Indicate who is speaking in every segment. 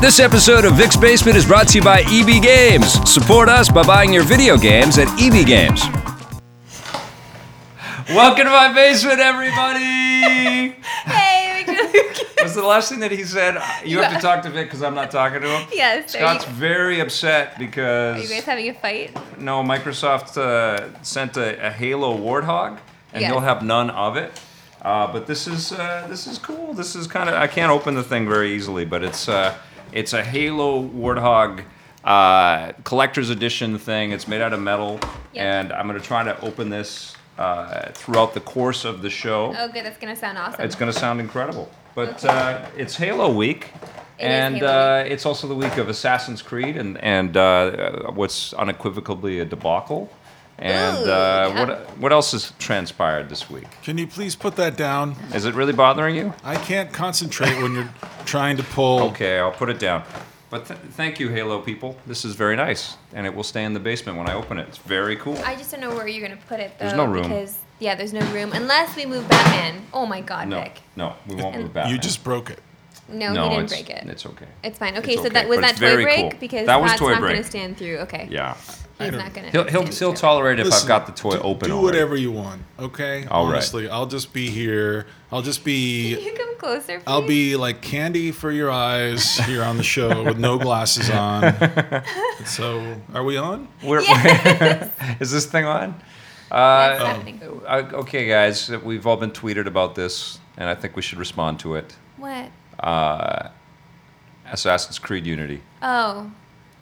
Speaker 1: This episode of Vic's Basement is brought to you by EB Games. Support us by buying your video games at EB Games. Welcome to my basement, everybody.
Speaker 2: Hey, Victor.
Speaker 1: Was the last thing that he said? You have to talk to Vic because I'm not talking to him.
Speaker 2: yes. Are
Speaker 1: Scott's
Speaker 2: you,
Speaker 1: very upset
Speaker 2: are you
Speaker 1: because
Speaker 2: guys having a fight?
Speaker 1: no, Microsoft uh, sent a, a Halo Warthog, and
Speaker 2: Yes.
Speaker 1: he'll have none of it. Uh, but this is uh, this is cool. This is kind of I can't open the thing very easily, but it's uh, it's a Halo Warthog uh, collector's edition thing. It's made out of metal,
Speaker 2: Yep.
Speaker 1: and I'm gonna try to open this uh, throughout the course of the show.
Speaker 2: Oh, good. That's gonna sound awesome.
Speaker 1: It's going to sound incredible. But uh, it's Halo week.
Speaker 2: It is
Speaker 1: and
Speaker 2: Halo
Speaker 1: uh, it's also the week of Assassin's Creed and, and uh, what's unequivocally a debacle. And
Speaker 2: Ooh,
Speaker 1: uh,
Speaker 2: yeah.
Speaker 1: what, what else has transpired this week?
Speaker 3: Can you please put that down?
Speaker 1: Is it really bothering you?
Speaker 3: I can't concentrate when you're trying to pull.
Speaker 1: Okay, I'll put it down. But th- thank you, Halo people. This is very nice. And it will stay in the basement when I open it. It's very cool.
Speaker 2: I just don't know where you're gonna put it though.
Speaker 1: There's no room.
Speaker 2: Because yeah, there's no room unless we move Batman. Oh my God,
Speaker 1: no,
Speaker 2: Vic.
Speaker 1: no, we won't move back.
Speaker 3: You just broke it.
Speaker 2: No,
Speaker 1: no,
Speaker 2: he didn't
Speaker 1: it's,
Speaker 2: break it.
Speaker 1: It's okay.
Speaker 2: It's fine. Okay,
Speaker 1: it's
Speaker 2: so that
Speaker 1: okay,
Speaker 2: was
Speaker 1: but
Speaker 2: that
Speaker 1: it's
Speaker 2: toy
Speaker 1: very
Speaker 2: break
Speaker 1: cool.
Speaker 2: because
Speaker 1: That was
Speaker 2: Pat's
Speaker 1: toy
Speaker 2: not
Speaker 1: break.
Speaker 2: gonna stand through. Okay.
Speaker 1: Yeah.
Speaker 2: He's
Speaker 3: don't-
Speaker 2: not gonna.
Speaker 1: He'll, he'll,
Speaker 2: stand
Speaker 1: he'll
Speaker 2: through.
Speaker 1: tolerate if I've
Speaker 3: Listen,
Speaker 1: got the toy
Speaker 3: do-
Speaker 1: open.
Speaker 3: Do
Speaker 1: already.
Speaker 3: whatever you want, okay?
Speaker 1: All right.
Speaker 3: Honestly, I'll just be here. I'll just
Speaker 2: Can
Speaker 3: be.
Speaker 2: you come closer?
Speaker 3: I'll
Speaker 2: please?
Speaker 3: be like candy for your eyes here on the show with no glasses on. So, are we on?
Speaker 1: We're,
Speaker 2: Yes.
Speaker 1: is this thing on?
Speaker 2: That's
Speaker 1: Uh,
Speaker 2: happening.
Speaker 1: I- okay, guys, we've all been tweeted about this, and I think we should respond to it.
Speaker 2: What?
Speaker 1: Uh, Assassin's Creed Unity.
Speaker 2: Oh,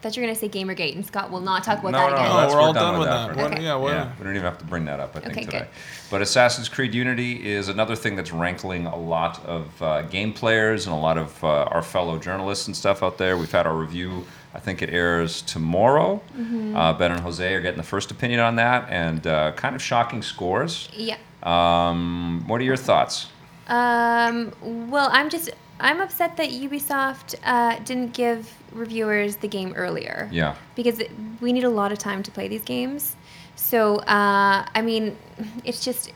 Speaker 2: that you're gonna say Gamergate and Scott will not talk about
Speaker 1: No,
Speaker 2: that
Speaker 1: no,
Speaker 2: again.
Speaker 1: no, that's-
Speaker 3: Oh, we're all done, with
Speaker 1: for
Speaker 3: that.
Speaker 1: now.
Speaker 3: What-
Speaker 2: Okay.
Speaker 3: Yeah, what-
Speaker 1: Yeah, we don't even have to bring that up, I think,
Speaker 2: Okay, good.
Speaker 1: today. But Assassin's Creed Unity is another thing that's rankling a lot of uh, game players and a lot of uh, our fellow journalists and stuff out there. We've had our review, I think it airs tomorrow.
Speaker 2: Mm-hmm.
Speaker 1: Uh, ben and Jose are getting the first opinion on that, and uh, kind of shocking scores.
Speaker 2: Yeah.
Speaker 1: Um, what are your thoughts?
Speaker 2: Um, well, I'm just I'm upset that Ubisoft uh, didn't give reviewers the game earlier.
Speaker 1: Yeah.
Speaker 2: Because it- we need a lot of time to play these games. So uh, I mean, it's just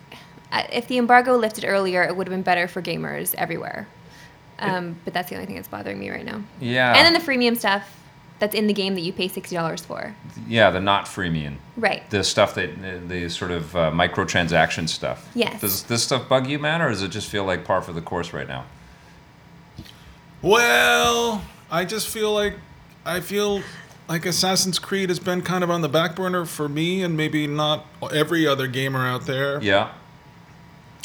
Speaker 2: I- if the embargo lifted earlier, it would have been better for gamers everywhere. Um, but that's the only thing that's bothering me right now.
Speaker 1: Yeah.
Speaker 2: And then the freemium stuff that's in the game that you pay sixty dollars for.
Speaker 1: yeah, the not freemium.
Speaker 2: Right.
Speaker 1: The stuff that the, the sort of uh, microtransaction stuff.
Speaker 2: Yes.
Speaker 1: Does this stuff bug you, man, or does it just feel like par for the course right now?
Speaker 3: Well, I just feel like I feel like Assassin's Creed has been kind of on the back burner for me and maybe not every other gamer out there.
Speaker 1: Yeah.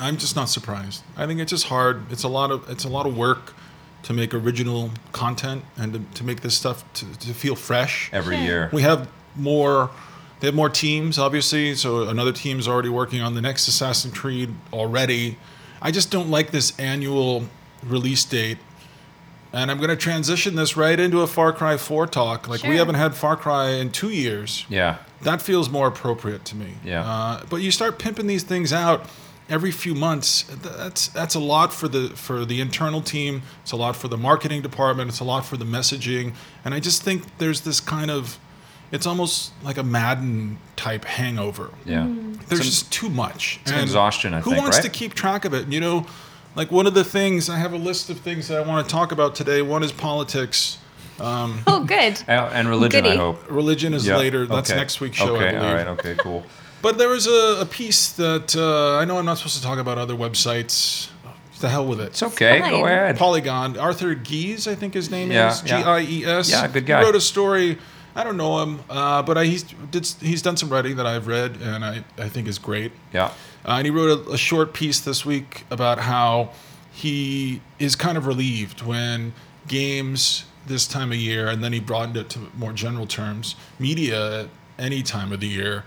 Speaker 3: I'm just not surprised. I think it's just hard. It's a lot of it's a lot of work to make original content and to, to make this stuff to, to feel fresh.
Speaker 1: Every
Speaker 2: Sure.
Speaker 1: year.
Speaker 3: We have more. They have more teams, obviously. So another team's already working on the next Assassin's Creed already. I just don't like this annual release date. And I'm going to transition this right into a Far Cry 4 talk. Like,
Speaker 2: Sure.
Speaker 3: we haven't had Far Cry in two years.
Speaker 1: yeah.
Speaker 3: That feels more appropriate to me.
Speaker 1: Yeah.
Speaker 3: Uh, but you start pimping these things out every few months. th- That's that's a lot for the for the internal team. It's a lot for the marketing department. It's a lot for the messaging. And I just think there's this kind of, it's almost like a Madden type hangover.
Speaker 1: Yeah.
Speaker 2: Mm-hmm.
Speaker 3: There's just too much.
Speaker 1: an exhaustion, I
Speaker 3: who
Speaker 1: think,
Speaker 3: wants
Speaker 1: right?
Speaker 3: to keep track of it? You know, like one of the things I have a list of things that I want to talk about today. One is politics.
Speaker 2: Oh, good.
Speaker 1: And and religion, I
Speaker 2: Goody.
Speaker 1: hope.
Speaker 3: Religion is
Speaker 1: Yeah.
Speaker 3: later. That's
Speaker 1: Okay.
Speaker 3: next week's show. I
Speaker 1: Okay.
Speaker 3: believe.
Speaker 1: All right. Okay. Cool.
Speaker 3: But there was a, a piece that uh, I know I'm not supposed to talk about other websites. The hell with it.
Speaker 1: It's okay.
Speaker 2: fine.
Speaker 1: Go ahead.
Speaker 3: Polygon, Arthur Gies, I think his name
Speaker 1: Yeah,
Speaker 3: is G
Speaker 1: yeah.
Speaker 3: I E S.
Speaker 1: Yeah, good guy.
Speaker 3: He wrote a story. I don't know him, uh, but I, he's did he's done some writing that I've read and I, I think is great.
Speaker 1: Yeah.
Speaker 3: Uh, and he wrote a, a short piece this week about how he is kind of relieved when games this time of year, and then he broadened it to more general terms, media at any time of the year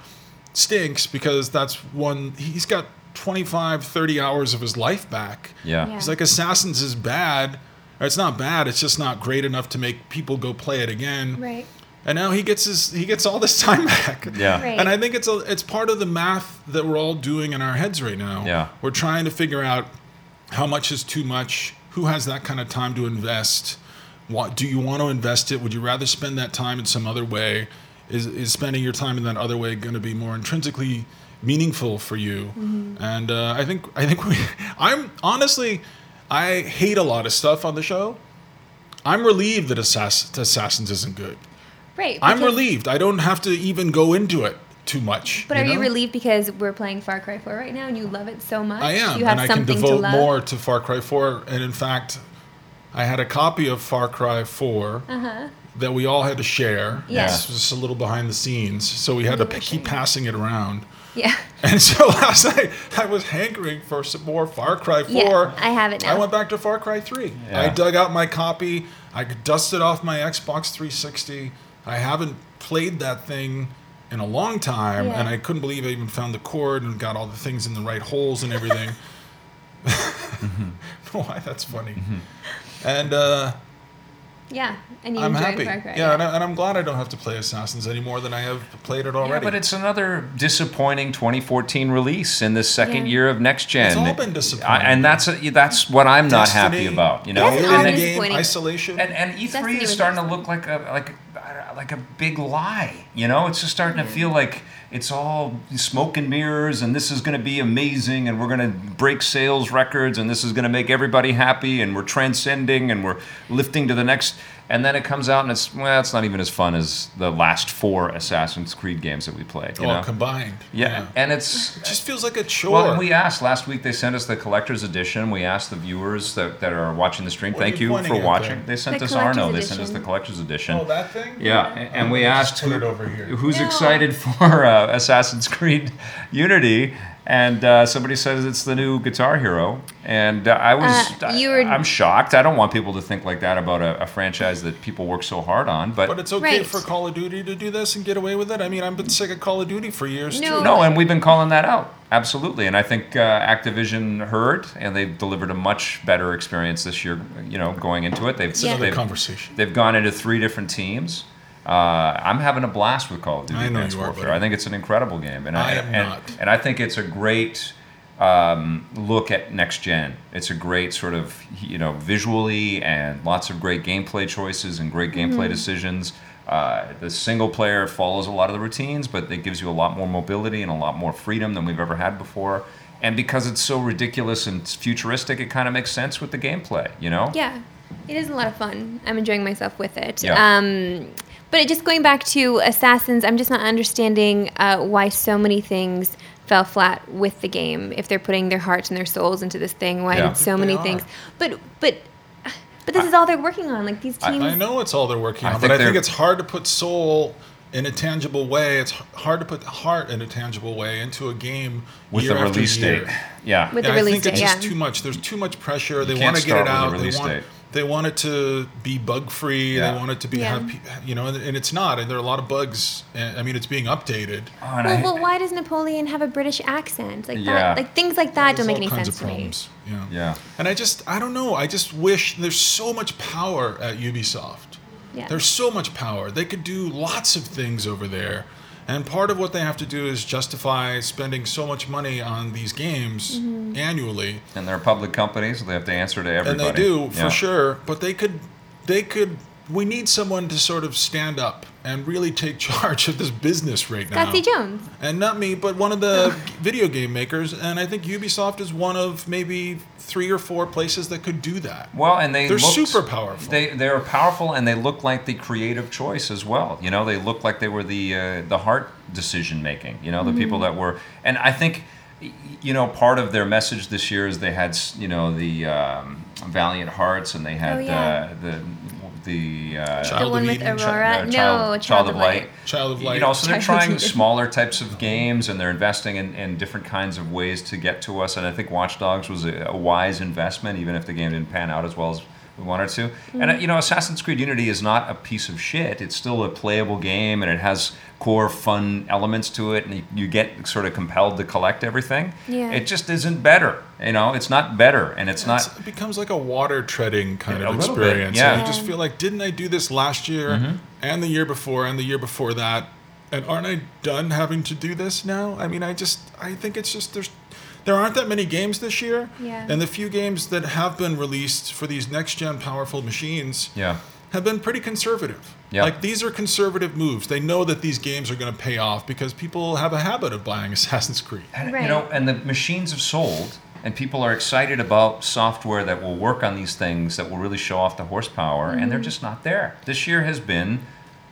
Speaker 3: stinks because that's one, he's got 25, 30 hours of his life back.
Speaker 1: Yeah.
Speaker 2: Yeah.
Speaker 3: He's like, Assassins is bad. or It's not bad. It's just not great enough to make people go play it again.
Speaker 2: Right.
Speaker 3: And now he gets his he gets all this time back.
Speaker 1: Yeah.
Speaker 2: Right.
Speaker 3: And I think it's a it's part of the math that we're all doing in our heads right now.
Speaker 1: Yeah.
Speaker 3: We're trying to figure out how much is too much, who has that kind of time to invest, what do you want to invest it? Would you rather spend that time in some other way? Is is spending your time in that other way going to be more intrinsically meaningful for you? And uh, I think I think we I'm honestly I hate a lot of stuff on the show. I'm relieved that Assass- Assassins isn't good.
Speaker 2: Right.
Speaker 3: I'm
Speaker 2: because-
Speaker 3: relieved. I don't have to even go into it too much.
Speaker 2: But are you
Speaker 3: know?
Speaker 2: relieved because we're playing Far Cry 4 right now and you love it so much?
Speaker 3: I am,
Speaker 2: You have
Speaker 3: and I can
Speaker 2: something to
Speaker 3: devote
Speaker 2: love.
Speaker 3: more to Far Cry 4. And in fact, I had a copy of Far Cry 4 that we all had to share.
Speaker 2: Uh-huh. Yeah.
Speaker 3: It's just a little behind the sneens, so we had to p- keep passing it around.
Speaker 2: Yeah.
Speaker 3: And so last night, I was hankering for some more Far Cry 4.
Speaker 2: Yeah, I have it now.
Speaker 3: I went back to Far Cry 3.
Speaker 1: Yeah.
Speaker 3: I dug out my copy. I dusted off my Xbox 360. I haven't played that thing in a long time,
Speaker 2: Yeah.
Speaker 3: and I couldn't believe I even found the cord and got all the things in the right holes and everything. Why? That's funny.
Speaker 1: Mm-hmm.
Speaker 3: And uh,
Speaker 2: Yeah. And you
Speaker 3: I'm
Speaker 2: enjoyed
Speaker 3: happy.
Speaker 2: Far Cry.
Speaker 3: yeah, and, I, and I'm glad I don't have to play Assassins anymore than I have played it already.
Speaker 1: Yeah, but it's another disappointing 2014 release in the second
Speaker 2: Yeah.
Speaker 1: year of next gen.
Speaker 3: It's all been disappointing.
Speaker 1: I- and that's a, that's what I'm not happy
Speaker 3: Destiny,
Speaker 1: about. You know,
Speaker 2: That's
Speaker 1: and,
Speaker 2: all
Speaker 1: then-
Speaker 2: been
Speaker 3: game,
Speaker 2: disappointing.
Speaker 3: isolation.
Speaker 1: and, and E3
Speaker 2: Destiny
Speaker 1: is
Speaker 2: was
Speaker 1: starting to
Speaker 2: awesome.
Speaker 1: look like a like a- like a big lie. You know, it's just starting to feel like it's all smoke and mirrors, and this is going to be amazing, and we're going to break sales records, and this is going to make everybody happy, and we're transcending, and we're lifting to the next. And then it comes out, and it's well, it's not even as fun as the last four Assassin's Creed games that we played. You
Speaker 3: all
Speaker 1: know?
Speaker 3: combined.
Speaker 1: Yeah, and it's
Speaker 3: It just feels like a chore.
Speaker 1: well. and we asked last week. They sent us the collector's edition. We asked the viewers that, that are watching the stream.
Speaker 3: What are
Speaker 1: thank
Speaker 3: you
Speaker 1: you
Speaker 3: pointing
Speaker 1: for
Speaker 3: at
Speaker 1: watching.
Speaker 3: there?
Speaker 1: They sent
Speaker 2: The
Speaker 1: us Arno.
Speaker 2: collector's
Speaker 1: They sent us the
Speaker 2: edition.
Speaker 1: collector's edition.
Speaker 3: oh, that thing?
Speaker 1: yeah, a- and we
Speaker 3: Just
Speaker 1: asked
Speaker 3: put
Speaker 1: who-
Speaker 3: it over here.
Speaker 1: who's
Speaker 2: No.
Speaker 1: excited for uh, Assassin's Creed Unity, and uh, somebody says it's the new Guitar Hero, and uh, I was
Speaker 2: Uh, you were-
Speaker 1: I, am shocked. I don't want people to think like that about a, a franchise that people work so hard on, but.
Speaker 3: But it's okay
Speaker 2: Right.
Speaker 3: for Call of Duty to do this and get away with it. I mean, I've been sick of Call of Duty for years
Speaker 2: No.
Speaker 3: too.
Speaker 1: No, and we've been calling that out. Absolutely. And I think uh, Activision heard, and they've delivered a much better experience this year, you know, going into it. They've,
Speaker 2: Yeah.
Speaker 3: Another
Speaker 1: they've,
Speaker 3: conversation.
Speaker 1: they've gone into three different teams. Uh, I'm having a blast with Call of Duty
Speaker 3: I know
Speaker 1: Advanced
Speaker 3: you are,
Speaker 1: Warfare.
Speaker 3: buddy.
Speaker 1: I think it's an incredible game. And I,
Speaker 3: I am
Speaker 1: and,
Speaker 3: not.
Speaker 1: And I think it's a great um, look at next gen. It's a great sort of, you know, visually and lots of great gameplay choices and great gameplay
Speaker 2: Mm-hmm.
Speaker 1: decisions. Uh, the single player follows a lot of the routines, but it gives you a lot more mobility and a lot more freedom than we've ever had before. And because it's so ridiculous and futuristic, it kind of makes sense with the gameplay, you know?
Speaker 2: Yeah, it is a lot of fun. I'm enjoying myself with it.
Speaker 1: Yeah.
Speaker 2: Um, but just going back to Assassins, I'm just not understanding uh, why so many things fell flat with the game. If they're putting their hearts and their souls into this thing, why
Speaker 1: Yeah.
Speaker 2: did so
Speaker 3: They
Speaker 2: many
Speaker 3: are.
Speaker 2: things? But but but this is all they're working on. Like these
Speaker 1: I-
Speaker 2: teams.
Speaker 3: I know it's all they're working
Speaker 1: I
Speaker 3: on,
Speaker 1: think
Speaker 3: but I think
Speaker 1: they're-
Speaker 3: it's hard to put soul in a tangible way. It's h- hard to put heart in a tangible way into a game
Speaker 1: With
Speaker 3: year
Speaker 1: the
Speaker 3: after
Speaker 1: release
Speaker 3: year.
Speaker 1: date. Yeah.
Speaker 2: With- the
Speaker 3: Yeah, I
Speaker 2: release
Speaker 3: think it's
Speaker 2: date,
Speaker 3: just
Speaker 2: yeah.
Speaker 3: too much. There's too much pressure. They
Speaker 1: can't
Speaker 3: want to get
Speaker 1: start
Speaker 3: it
Speaker 1: with a
Speaker 3: out. They
Speaker 1: release
Speaker 3: want
Speaker 1: date.
Speaker 3: they want it to be bug free.
Speaker 1: Yeah.
Speaker 3: They want it to be
Speaker 2: Yeah.
Speaker 3: have pe- you know, and, and it's not. And there are a lot of bugs. And, I mean, it's being updated.
Speaker 1: Oh, and
Speaker 2: Well,
Speaker 1: I-
Speaker 2: well, why does Napoleon have a British accent? Like
Speaker 1: Yeah.
Speaker 2: that, like things like that
Speaker 3: There's
Speaker 2: don't make
Speaker 3: all
Speaker 2: any
Speaker 3: kinds
Speaker 2: sense
Speaker 3: of
Speaker 2: to me.
Speaker 3: problems. Yeah.
Speaker 1: Yeah.
Speaker 3: And I just, I don't know. I just wish there's so much power at Ubisoft.
Speaker 2: Yeah.
Speaker 3: There's so much power. They could do lots of things over there. And part of what they have to do is justify spending so much money on these games
Speaker 2: Mm-hmm.
Speaker 3: annually.
Speaker 1: And they're a public company, so they have to answer to everybody.
Speaker 3: And they do,
Speaker 1: Yeah.
Speaker 3: for sure. But they could, they could, we need someone to sort of stand up and really take charge of this business right now.
Speaker 2: Dusty Jones.
Speaker 3: And not me, but one of the video game makers. And I think Ubisoft is one of maybe three or four places that could do that.
Speaker 1: Well, and they
Speaker 3: They're
Speaker 1: looked-
Speaker 3: super powerful.
Speaker 1: They they are powerful, and they look like the creative choice as well. You know, they look like they were the uh, the heart decision making. You know, the people
Speaker 3: Mm-hmm.
Speaker 1: that were, and I think, y- you know, part of their message this year is they had s- you know the um, valiant hearts, and they had
Speaker 2: Oh, yeah.
Speaker 1: uh, the the uh,
Speaker 3: Child
Speaker 2: The
Speaker 3: of
Speaker 2: one with Aurora.
Speaker 3: Eden, Chi-
Speaker 1: no,
Speaker 2: no,
Speaker 1: Child, Child of Light.
Speaker 3: Child of
Speaker 1: You
Speaker 3: Light.
Speaker 1: know, so they're
Speaker 2: Child of
Speaker 1: trying
Speaker 2: Light.
Speaker 1: smaller types of games and they're investing in, in different kinds of ways to get to us. And I think Watch Dogs was a, a wise investment, even if the game didn't pan out as well as we wanted to. And, uh,
Speaker 2: Mm.
Speaker 1: you know, Assassin's Creed Unity is not a piece of shit. It's still a playable game and it has core fun elements to it. And you, you get sort of compelled to collect everything.
Speaker 2: Yeah.
Speaker 1: It just isn't better. You know, it's not better. And it's not.
Speaker 3: It's- it becomes like a water treading kind
Speaker 1: Yeah,
Speaker 3: of
Speaker 1: a little bit,
Speaker 3: experience.
Speaker 1: yeah. Mm-hmm.
Speaker 3: And you just feel like, didn't I do this last year and the year before and the year before that? And aren't I done having to do this now? I mean, I just, I think it's just there's, there aren't that many games this year.
Speaker 2: Yeah.
Speaker 3: And the few games that have been released for these next gen powerful machines
Speaker 1: Yeah.
Speaker 3: have been pretty conservative.
Speaker 1: Yeah.
Speaker 3: Like these are conservative moves. They know that these games are going to pay off because people have a habit of buying Assassin's Creed.
Speaker 1: And, You
Speaker 2: Right.
Speaker 1: know, and the machines have sold, and people are excited about software that will work on these things that will really show off the horsepower, and
Speaker 2: Mm-hmm.
Speaker 1: they're just not there. This year has been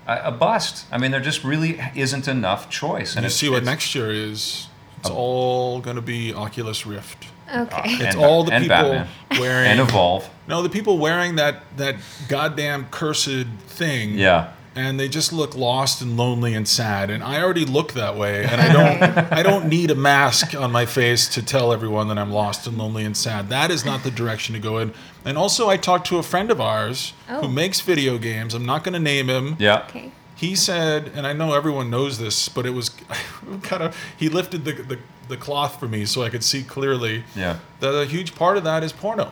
Speaker 1: a, a bust. I mean, there just really isn't enough choice. And
Speaker 3: You
Speaker 1: it's-
Speaker 3: see what
Speaker 1: it's-
Speaker 3: next year is. It's all going to be Oculus Rift.
Speaker 1: Uh,
Speaker 2: Okay.
Speaker 1: And
Speaker 3: It's all the
Speaker 1: Ba- and
Speaker 3: people
Speaker 1: Batman.
Speaker 3: wearing.
Speaker 1: and evolve.
Speaker 3: no, the people wearing that that goddamn cursed thing.
Speaker 1: Yeah.
Speaker 3: And they just look lost and lonely and sad. And I already look that way. And I don't. I don't need a mask on my face to tell everyone that I'm lost and lonely and sad. That is not the direction to go in. And also, I talked to a friend of ours
Speaker 2: Oh.
Speaker 3: who makes video games. I'm not going to name him.
Speaker 1: Yeah.
Speaker 2: Okay.
Speaker 3: He said, and I know everyone knows this, but it was kind of he lifted the, the the cloth for me so I could see clearly.
Speaker 1: Yeah.
Speaker 3: That a huge part of that is porno.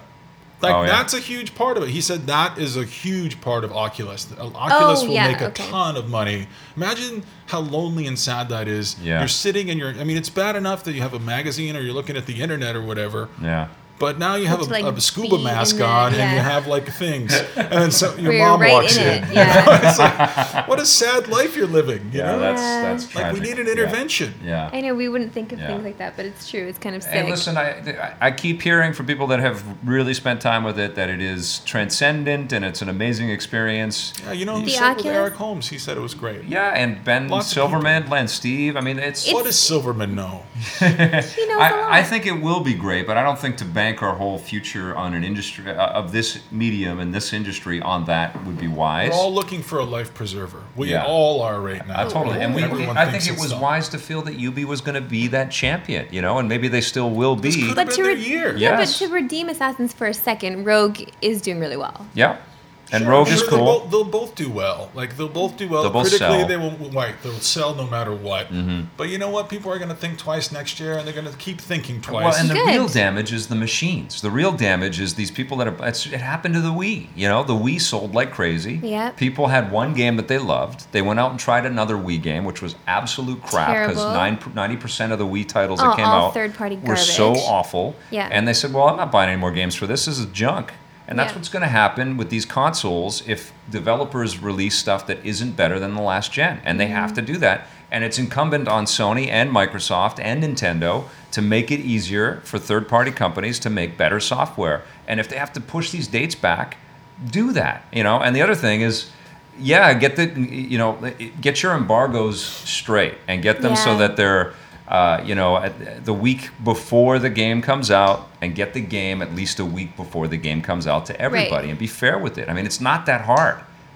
Speaker 3: Like
Speaker 1: Oh, yeah.
Speaker 3: that's a huge part of it. He said that is a huge part of Oculus. The- Oculus will
Speaker 2: Oh, yeah,
Speaker 3: make a
Speaker 2: okay.
Speaker 3: ton of money. Imagine how lonely and sad that is.
Speaker 1: Yeah.
Speaker 3: You're sitting in your. I mean, it's bad enough that you have a magazine or you're looking at the internet or whatever.
Speaker 1: Yeah.
Speaker 3: But now you have a,
Speaker 2: Have to, like,
Speaker 3: a scuba
Speaker 2: be in
Speaker 3: mask
Speaker 2: the-
Speaker 3: on and you
Speaker 2: yeah.
Speaker 3: have like things, and then so your
Speaker 2: We're
Speaker 3: mom
Speaker 2: right
Speaker 3: walks
Speaker 2: in
Speaker 3: in.
Speaker 2: it. Yeah.
Speaker 3: It's like, what a sad life you're living. You
Speaker 1: Yeah,
Speaker 3: know,
Speaker 1: that's
Speaker 2: Yeah.
Speaker 1: that's
Speaker 3: like
Speaker 1: tragic.
Speaker 3: we need an
Speaker 1: Yeah.
Speaker 3: intervention.
Speaker 1: Yeah.
Speaker 2: I know we wouldn't think of
Speaker 1: Yeah.
Speaker 2: things like that, but it's true. It's kind of sick.
Speaker 1: And listen, I, I- I keep hearing from people that have really spent time with it that it is transcendent and it's an amazing experience.
Speaker 3: Yeah, you know, who
Speaker 2: The
Speaker 3: said with
Speaker 2: Oculus?
Speaker 3: Eric Holmes, he said it was great.
Speaker 1: Yeah, and Ben
Speaker 3: Lots of
Speaker 1: Silverman, Len Steve. I mean, it's.
Speaker 3: What does Silverman know?
Speaker 2: he knows a lot.
Speaker 1: I, I think it will be great, but I don't think to bank our whole future on an industry uh, of this medium and this industry on that would be wise.
Speaker 3: We're all looking for a life preserver. We
Speaker 1: Yeah.
Speaker 3: all are right now.
Speaker 1: Uh, totally, and we,
Speaker 3: Everyone
Speaker 1: I think
Speaker 3: thinks
Speaker 1: it
Speaker 3: it's
Speaker 1: was
Speaker 3: the-
Speaker 1: wise to feel that UB was going to be that champion, you know, and maybe they still will be.
Speaker 3: could have
Speaker 2: But
Speaker 3: been
Speaker 2: to
Speaker 3: their
Speaker 2: re-
Speaker 3: year.
Speaker 1: E. Yeah.
Speaker 2: Yeah,
Speaker 1: Yes.
Speaker 2: but to redeem Assassins for a second, Rogue is doing really well.
Speaker 1: Yeah, and
Speaker 3: Sure,
Speaker 1: Rogue
Speaker 3: sure,
Speaker 1: is
Speaker 3: They'll
Speaker 1: cool.
Speaker 3: both, they'll both do well. Like they'll both do well.
Speaker 1: They'll both
Speaker 3: Critically,
Speaker 1: sell. Mm-hmm.
Speaker 3: they will right. They'll sell no matter what. But you know what? People are going to think twice next year, and they're going to keep thinking twice.
Speaker 1: Well, and the
Speaker 2: Good.
Speaker 1: real damage is the machines. The real damage is these people that are. It's, it happened to the Wii. You know, the Wii sold like crazy.
Speaker 2: Yep.
Speaker 1: People had one game that they loved. They went out and tried another Wii game, which was absolute crap because
Speaker 2: Terrible.
Speaker 1: 90 percent of the Wii titles
Speaker 2: Oh,
Speaker 1: that came
Speaker 2: all
Speaker 1: out
Speaker 2: third-party
Speaker 1: were so
Speaker 2: garbage.
Speaker 1: awful.
Speaker 2: Yeah.
Speaker 1: And they said, "Well, I'm not buying any more games for this. This is junk." And that's
Speaker 2: Yeah.
Speaker 1: what's going to happen with these consoles if developers release stuff that isn't better than the last gen, and they have to
Speaker 2: Mm-hmm.
Speaker 1: do that. And it's incumbent on Sony and Microsoft and Nintendo to make it easier for third-party companies to make better software. And if they have to push these dates back, do that. You know. And the other thing is, yeah, get the you know get your embargoes straight and get them so
Speaker 2: Yeah.
Speaker 1: that they're uh, you know at the week before the game comes out and get the game at least a week before the game comes out to everybody and be fair with it i mean it's not that hard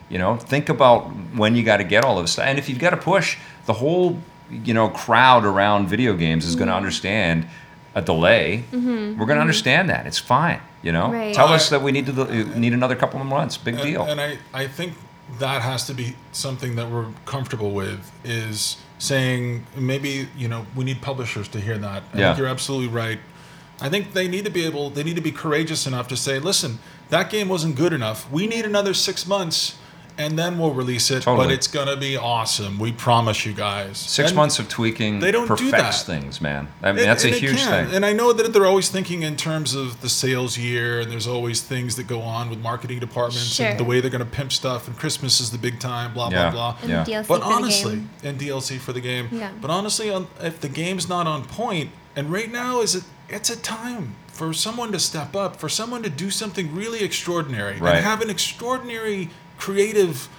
Speaker 1: you know think about when you got to get all of this stuff and if you've got to push the whole you know crowd around video games is going to understand a delay we're going to understand that it's fine you know
Speaker 2: Right.
Speaker 1: tell us that we need to need another couple of months big
Speaker 3: and,
Speaker 1: deal
Speaker 3: and I, I think that has to be something that we're comfortable with is saying maybe you know we need publishers to hear that. I
Speaker 1: Yeah.
Speaker 3: think you're absolutely right. I think they need to be able they need to be courageous enough to say, listen, that game wasn't good enough. We need another six months. And then we'll release it, but
Speaker 1: Totally.
Speaker 3: it's gonna be awesome. We promise you guys.
Speaker 1: Six
Speaker 3: And-
Speaker 1: months of tweaking
Speaker 3: they don't
Speaker 1: perfects
Speaker 3: do that.
Speaker 1: things, man. I mean, that's
Speaker 3: and
Speaker 1: a
Speaker 3: it
Speaker 1: huge
Speaker 3: can.
Speaker 1: thing.
Speaker 3: And I know that they're always thinking in terms of the sales year, and there's always things that go on with marketing departments
Speaker 2: Sure.
Speaker 3: and the way they're going to pimp stuff, and Christmas is the big time, blah,
Speaker 1: Yeah.
Speaker 3: blah, blah.
Speaker 2: And
Speaker 1: Yeah.
Speaker 2: DLC
Speaker 3: But
Speaker 2: for the
Speaker 3: honestly,
Speaker 2: game.
Speaker 3: and DLC for the game.
Speaker 2: Yeah.
Speaker 3: But honestly, on, if the game's not on point, and right now is it, it's a time for someone to step up, for someone to do something really extraordinary,
Speaker 1: Right.
Speaker 3: and have an extraordinary creative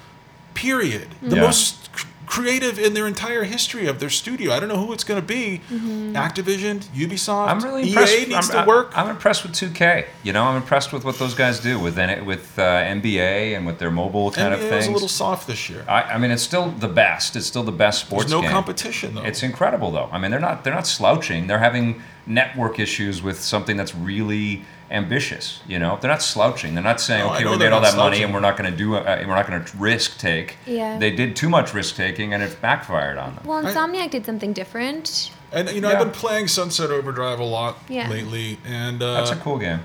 Speaker 3: period. The
Speaker 1: Yeah.
Speaker 3: most cr- creative in their entire history of their studio. I don't know who it's going to be.
Speaker 2: Mm-hmm.
Speaker 3: Activision, Ubisoft.
Speaker 1: I'm really
Speaker 3: EA
Speaker 1: impressed.
Speaker 3: E needs
Speaker 1: I'm,
Speaker 3: to work.
Speaker 1: I'm impressed with 2K. You know, I'm impressed with what those guys do with N- with uh, NBA and with their mobile kind
Speaker 3: NBA
Speaker 1: of
Speaker 3: was
Speaker 1: things.
Speaker 3: E a little soft this year.
Speaker 1: I, I mean, it's still the best. It's still the best sports
Speaker 3: There's no
Speaker 1: game.
Speaker 3: competition though.
Speaker 1: It's incredible though. I mean, they're not they're not slouching. They're having network issues with something that's really ambitious. You know, they're not slouching. They're not saying,
Speaker 3: No, I
Speaker 1: okay,
Speaker 3: know
Speaker 1: we
Speaker 3: they're
Speaker 1: made all
Speaker 3: not
Speaker 1: that money
Speaker 3: slouching.
Speaker 1: and we're not going to do uh, we're not going to risk take.
Speaker 2: Yeah.
Speaker 1: They did too much risk taking and it backfired on them.
Speaker 2: Well,
Speaker 3: I-
Speaker 2: Insomniac did something different.
Speaker 3: and you know,
Speaker 1: Yeah.
Speaker 3: I've been playing Sunset Overdrive a lot
Speaker 2: Yeah.
Speaker 3: lately, and uh,
Speaker 1: That's a cool game.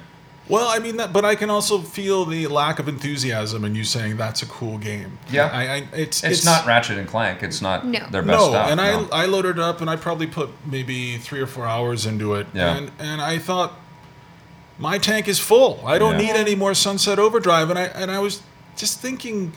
Speaker 3: Well, I mean that, but I can also feel the lack of enthusiasm in you saying that's a cool game.
Speaker 1: Yeah.
Speaker 3: I, I it's,
Speaker 1: It's, not Ratchet and Clank. It's not
Speaker 2: No.
Speaker 1: their best
Speaker 3: no,
Speaker 1: stuff.
Speaker 3: and
Speaker 1: no.
Speaker 3: I I loaded up and I probably put maybe three or four hours into it.
Speaker 1: Yeah.
Speaker 3: and and I thought my tank is full. I don't
Speaker 1: Yeah.
Speaker 3: need any more Sunset Overdrive. And I and I was just thinking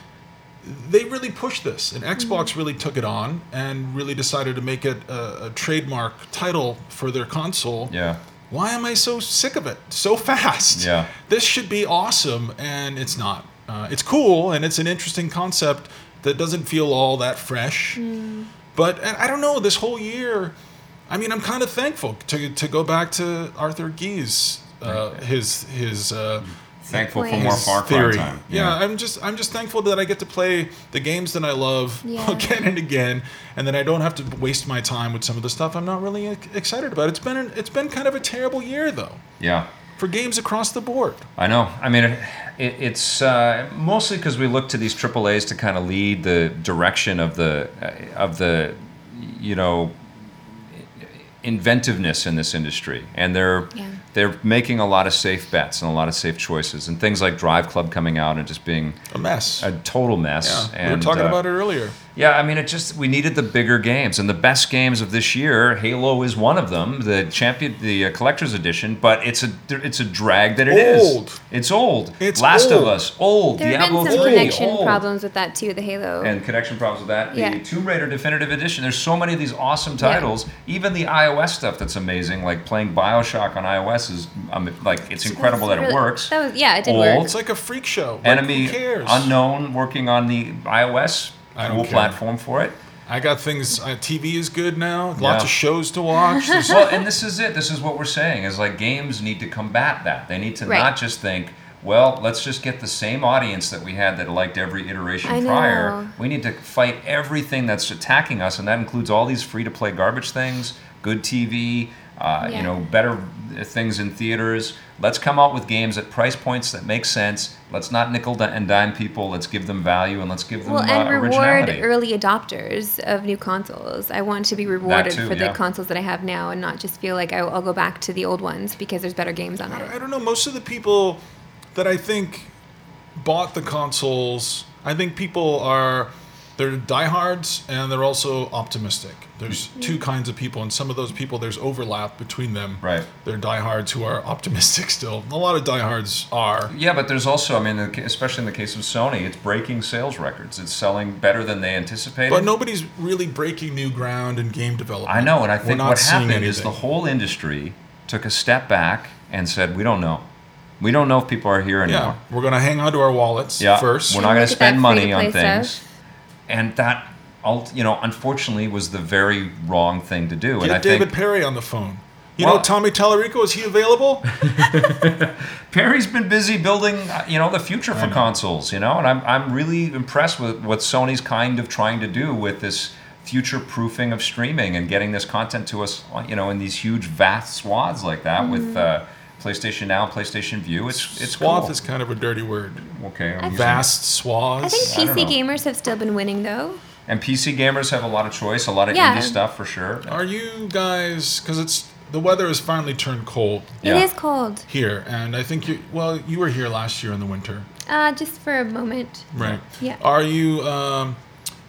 Speaker 3: they really pushed this, and Xbox really took it on and really decided to make it a, a trademark title for their console
Speaker 1: yeah,
Speaker 3: why am I so sick of it so fast?
Speaker 1: Yeah.
Speaker 3: This should be awesome, and it's not. Uh, it's cool, and it's an interesting concept that doesn't feel all that fresh. But and I don't know, this whole year, I mean, I'm kind of thankful to, to go back to Arthur Guy's, uh, his, his, uh,
Speaker 1: Thankful for
Speaker 2: point.
Speaker 1: more
Speaker 2: His
Speaker 1: Far Cry
Speaker 3: theory.
Speaker 1: time.
Speaker 3: Yeah. I'm just I'm just thankful that I get to play the games that I love
Speaker 2: Yeah.
Speaker 3: again and again, and that I don't have to waste my time with some of the stuff I'm not really e- excited about. It's been an, it's been kind of a terrible year though
Speaker 1: yeah.
Speaker 3: for games across the board.
Speaker 1: I know. I mean, it, it, it's uh, mostly because we look to these AAA's to kind of lead the direction of the uh, of the you know inventiveness in this industry, and they're
Speaker 2: Yeah.
Speaker 1: they're making a lot of safe bets and a lot of safe choices, and things like Drive Club coming out and just being
Speaker 3: A mess.
Speaker 1: a total mess.
Speaker 3: yeah.
Speaker 1: And,
Speaker 3: we were talking
Speaker 1: uh,
Speaker 3: about it earlier.
Speaker 1: yeah, I mean, it just we needed the bigger games, and the best games of this year, Halo is one of them, the champion, the uh, collector's edition. But it's a it's a drag that it is.
Speaker 3: Old.
Speaker 1: It's old.
Speaker 3: It's
Speaker 1: Last
Speaker 3: old.
Speaker 1: of Us, old.
Speaker 2: There have
Speaker 1: Diablo
Speaker 2: been some
Speaker 1: 3,
Speaker 2: connection
Speaker 1: old.
Speaker 2: problems with that too. The Halo.
Speaker 1: And connection problems with that.
Speaker 2: Yeah.
Speaker 1: The Tomb Raider Definitive Edition. There's so many of these awesome titles. Even the iOS stuff that's amazing, like playing Bioshock on iOS is um, like it's incredible that it
Speaker 2: Really-
Speaker 1: works.
Speaker 2: That was yeah, it did
Speaker 1: Old.
Speaker 2: work.
Speaker 3: It's like a freak show. Like,
Speaker 1: Enemy
Speaker 3: who cares?
Speaker 1: unknown working on the iOS
Speaker 3: I don't
Speaker 1: cool
Speaker 3: care.
Speaker 1: platform for it.
Speaker 3: I got things. Uh, TV is good now. Lots
Speaker 1: Yeah.
Speaker 3: of shows to watch. There's-
Speaker 1: well, and this is it. This is what we're saying is like games need to combat that. They need to
Speaker 2: Right.
Speaker 1: not just think, well, let's just get the same audience that we had that liked every iteration
Speaker 2: I
Speaker 1: prior.
Speaker 2: know.
Speaker 1: We need to fight everything that's attacking us, and that includes all these free to play garbage things, good TV, uh,
Speaker 2: Yeah.
Speaker 1: you know, better things in theaters. Let's come out with games at price points that make sense. Let's not nickel and dime people. Let's give them value and let's give them
Speaker 2: Well,
Speaker 1: uh,
Speaker 2: and reward
Speaker 1: originality.
Speaker 2: early adopters of new consoles. I want to be rewarded
Speaker 1: too,
Speaker 2: for the
Speaker 1: yeah.
Speaker 2: consoles that I have now, and not just feel like I, I'll go back to the old ones because there's better games on
Speaker 3: I
Speaker 2: it.
Speaker 3: don't know. Most of the people that I think bought the consoles, I think people are they're diehards and they're also optimistic. There's two kinds of people, and some of those people there's overlap between them.
Speaker 1: Right.
Speaker 3: They're diehards who are optimistic still. A lot of diehards are.
Speaker 1: Yeah, but there's also, I mean, the ca- especially in the case of Sony, it's breaking sales records. It's selling better than they anticipated.
Speaker 3: But nobody's really breaking new ground in game development.
Speaker 1: I know, and I
Speaker 3: We're
Speaker 1: think
Speaker 3: not
Speaker 1: what
Speaker 3: seeing
Speaker 1: happened is the
Speaker 3: anything.
Speaker 1: whole industry took a step back and said, "We don't know. We don't know if people are here anymore.
Speaker 3: Yeah, we're gonna hang on to our wallets
Speaker 1: Yeah,
Speaker 3: first.
Speaker 1: we're not going
Speaker 2: Look
Speaker 1: to
Speaker 2: at that
Speaker 1: spend money on
Speaker 2: free-to-play
Speaker 1: things."
Speaker 2: stuff.
Speaker 1: And that, ult- you know, unfortunately, was the very wrong thing to do. and
Speaker 3: Get
Speaker 1: I
Speaker 3: David
Speaker 1: think
Speaker 3: Perry on the phone. You know
Speaker 1: Well-
Speaker 3: Tommy Tallarico, is he available?
Speaker 1: Perry's been busy building, uh, you know, the future for consoles, you know, and I'm, I'm really impressed with what Sony's kind of trying to do with this future proofing of streaming and getting this content to us, uh, you know, in these huge vast swaths like that with
Speaker 2: Mm-hmm.
Speaker 1: uh, PlayStation Now, PlayStation View. It's it's
Speaker 3: Swath
Speaker 1: cool.
Speaker 3: is kind of a dirty word.
Speaker 1: okay. I'm using-
Speaker 3: vast swaths.
Speaker 2: I think
Speaker 1: I don't
Speaker 2: PC
Speaker 1: know.
Speaker 2: gamers have still been winning though.
Speaker 1: And PC gamers have a lot of choice, a lot of
Speaker 2: Yeah.
Speaker 1: indie stuff for sure.
Speaker 3: Are you guys? Because it's the weather has finally turned cold
Speaker 1: Yeah.
Speaker 2: It is cold,
Speaker 3: here, and I think you. Well, you were here last year in the winter,
Speaker 2: uh, just for a moment. Uh,
Speaker 3: right?
Speaker 2: Yeah.
Speaker 3: Are you? Um,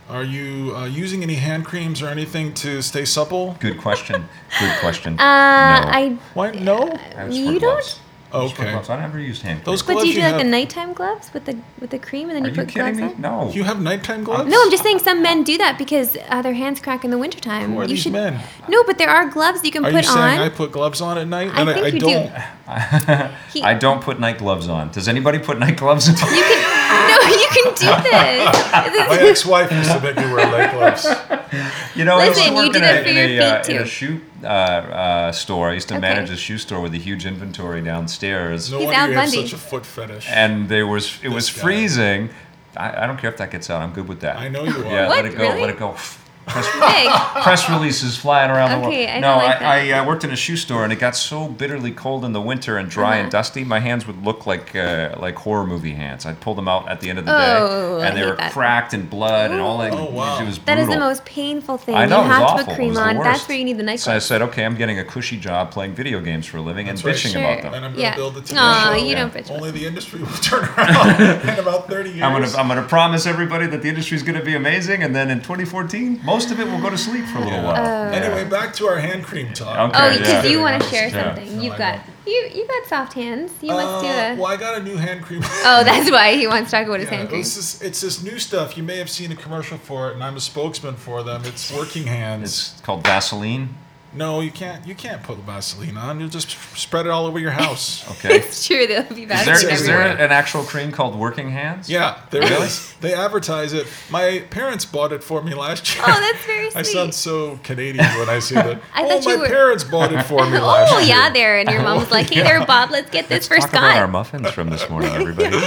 Speaker 3: are you uh, using any hand creams or anything to stay supple?
Speaker 1: Good question. Good question.
Speaker 2: Uh, I,
Speaker 3: Why no?
Speaker 1: I was for gloves.
Speaker 2: you don't.
Speaker 1: I was for
Speaker 3: Okay.
Speaker 1: gloves. I never used hand.
Speaker 3: Those
Speaker 1: cream.
Speaker 2: But do you do like
Speaker 3: have,
Speaker 2: the nighttime gloves with the with the cream, and then
Speaker 1: Are
Speaker 2: you
Speaker 1: you
Speaker 2: put
Speaker 1: kidding
Speaker 2: gloves eh?
Speaker 1: me?
Speaker 2: on?
Speaker 1: No.
Speaker 3: You have nighttime gloves.
Speaker 2: No, I'm just saying some men do that because uh, their hands crack in the wintertime.
Speaker 3: Who are
Speaker 2: you
Speaker 3: these
Speaker 2: should,
Speaker 3: men?
Speaker 2: No, but there are gloves you can
Speaker 3: Are
Speaker 2: put
Speaker 3: you saying
Speaker 2: on.
Speaker 3: I put gloves on at night?
Speaker 2: I
Speaker 3: And
Speaker 2: think
Speaker 3: I,
Speaker 2: you do.
Speaker 3: don't.
Speaker 2: He-
Speaker 1: I don't put night gloves on. Does anybody put night gloves on?
Speaker 2: You can no, you can do this.
Speaker 3: My ex-wife used to make me wear night gloves.
Speaker 1: You know, I used to
Speaker 2: Listen, you
Speaker 1: work
Speaker 2: do
Speaker 1: in
Speaker 2: that
Speaker 1: a-
Speaker 2: for
Speaker 1: in
Speaker 2: your
Speaker 1: a, uh,
Speaker 2: feet,
Speaker 1: in a
Speaker 2: too.
Speaker 1: shoe uh, uh, store. I used to
Speaker 2: Okay.
Speaker 1: manage a shoe store with a huge inventory downstairs,
Speaker 3: No
Speaker 2: He's
Speaker 3: wonder
Speaker 2: Al
Speaker 3: you have
Speaker 2: Bundy.
Speaker 3: such a foot fetish.
Speaker 1: and there was it was
Speaker 3: guy.
Speaker 1: freezing. I, I don't care if that gets out. I'm good with that.
Speaker 3: I know you are.
Speaker 1: Yeah,
Speaker 2: What?
Speaker 1: let it go.
Speaker 2: Really?
Speaker 1: Let it go.
Speaker 2: Big.
Speaker 1: Press releases flying around the world.
Speaker 2: Okay, I
Speaker 1: no,
Speaker 2: don't like
Speaker 1: I, I uh, worked in a shoe store, and it got so bitterly cold in the winter and dry and
Speaker 2: Uh-huh.
Speaker 1: dusty. My hands would look like uh, like horror movie hands. I'd pull them out at the end of the
Speaker 2: Oh,
Speaker 1: day,
Speaker 2: I
Speaker 1: and they
Speaker 2: hate
Speaker 1: were
Speaker 2: that.
Speaker 1: cracked and blood and all that.
Speaker 3: Oh, wow.
Speaker 1: It was brutal.
Speaker 2: That is the most painful thing.
Speaker 1: I know,
Speaker 2: you
Speaker 1: it was
Speaker 2: have to
Speaker 1: awful.
Speaker 2: put
Speaker 1: It
Speaker 2: cream
Speaker 1: was the
Speaker 2: on.
Speaker 1: worst.
Speaker 2: That's where you need the night
Speaker 1: So I said, okay, I'm getting a cushy job playing video games for a living
Speaker 3: That's
Speaker 1: and
Speaker 3: right.
Speaker 1: bitching
Speaker 2: Sure.
Speaker 1: about
Speaker 3: And
Speaker 1: them.
Speaker 3: I'm gonna
Speaker 2: Yeah.
Speaker 3: build a TV
Speaker 2: Aw,
Speaker 3: show.
Speaker 2: you don't bitch.
Speaker 3: Only the industry will turn around in about 30 years.
Speaker 1: I'm gonna, I'm gonna promise everybody that the industry is gonna be amazing, and then in 2014, most of it will go to sleep for a little while.
Speaker 3: anyway, back to our hand cream talk.
Speaker 1: Okay,
Speaker 2: Oh,
Speaker 1: yeah.
Speaker 2: because you want to share
Speaker 1: Yeah.
Speaker 2: something.
Speaker 3: No,
Speaker 2: You've
Speaker 3: I
Speaker 2: got
Speaker 3: don't.
Speaker 2: you you got soft hands. You must Oh, do
Speaker 3: Uh,
Speaker 2: a.
Speaker 3: well, I got a new hand cream.
Speaker 2: Oh, that's why he wants to talk about his
Speaker 3: Yeah,
Speaker 2: hand cream.
Speaker 3: it's, this, it's this new stuff. You may have seen a commercial for it, and I'm a spokesman for them. It's Working Hands.
Speaker 1: It's called Vaseline.
Speaker 3: No, you can't. You can't put Vaseline on. You just spread it all over your house.
Speaker 1: Okay.
Speaker 2: It's true. They'll be
Speaker 1: Is
Speaker 2: bad.
Speaker 1: there, is there
Speaker 2: everywhere.
Speaker 1: an actual cream called Working Hands?
Speaker 3: Yeah, there
Speaker 1: Really?
Speaker 3: is. They advertise it. My parents bought it for me last year.
Speaker 2: Oh, that's very
Speaker 3: I
Speaker 2: sweet.
Speaker 3: sound so Canadian when I say that.
Speaker 2: I
Speaker 3: oh,
Speaker 2: thought
Speaker 3: my
Speaker 2: you were-
Speaker 3: parents bought it for me last
Speaker 2: Oh
Speaker 3: year.
Speaker 2: yeah, there. And your mom was like, "Hey there, Bob. Let's get this
Speaker 1: Oh, Let's
Speaker 2: for
Speaker 1: talk about our
Speaker 2: Scott."
Speaker 1: muffins from this morning, everybody.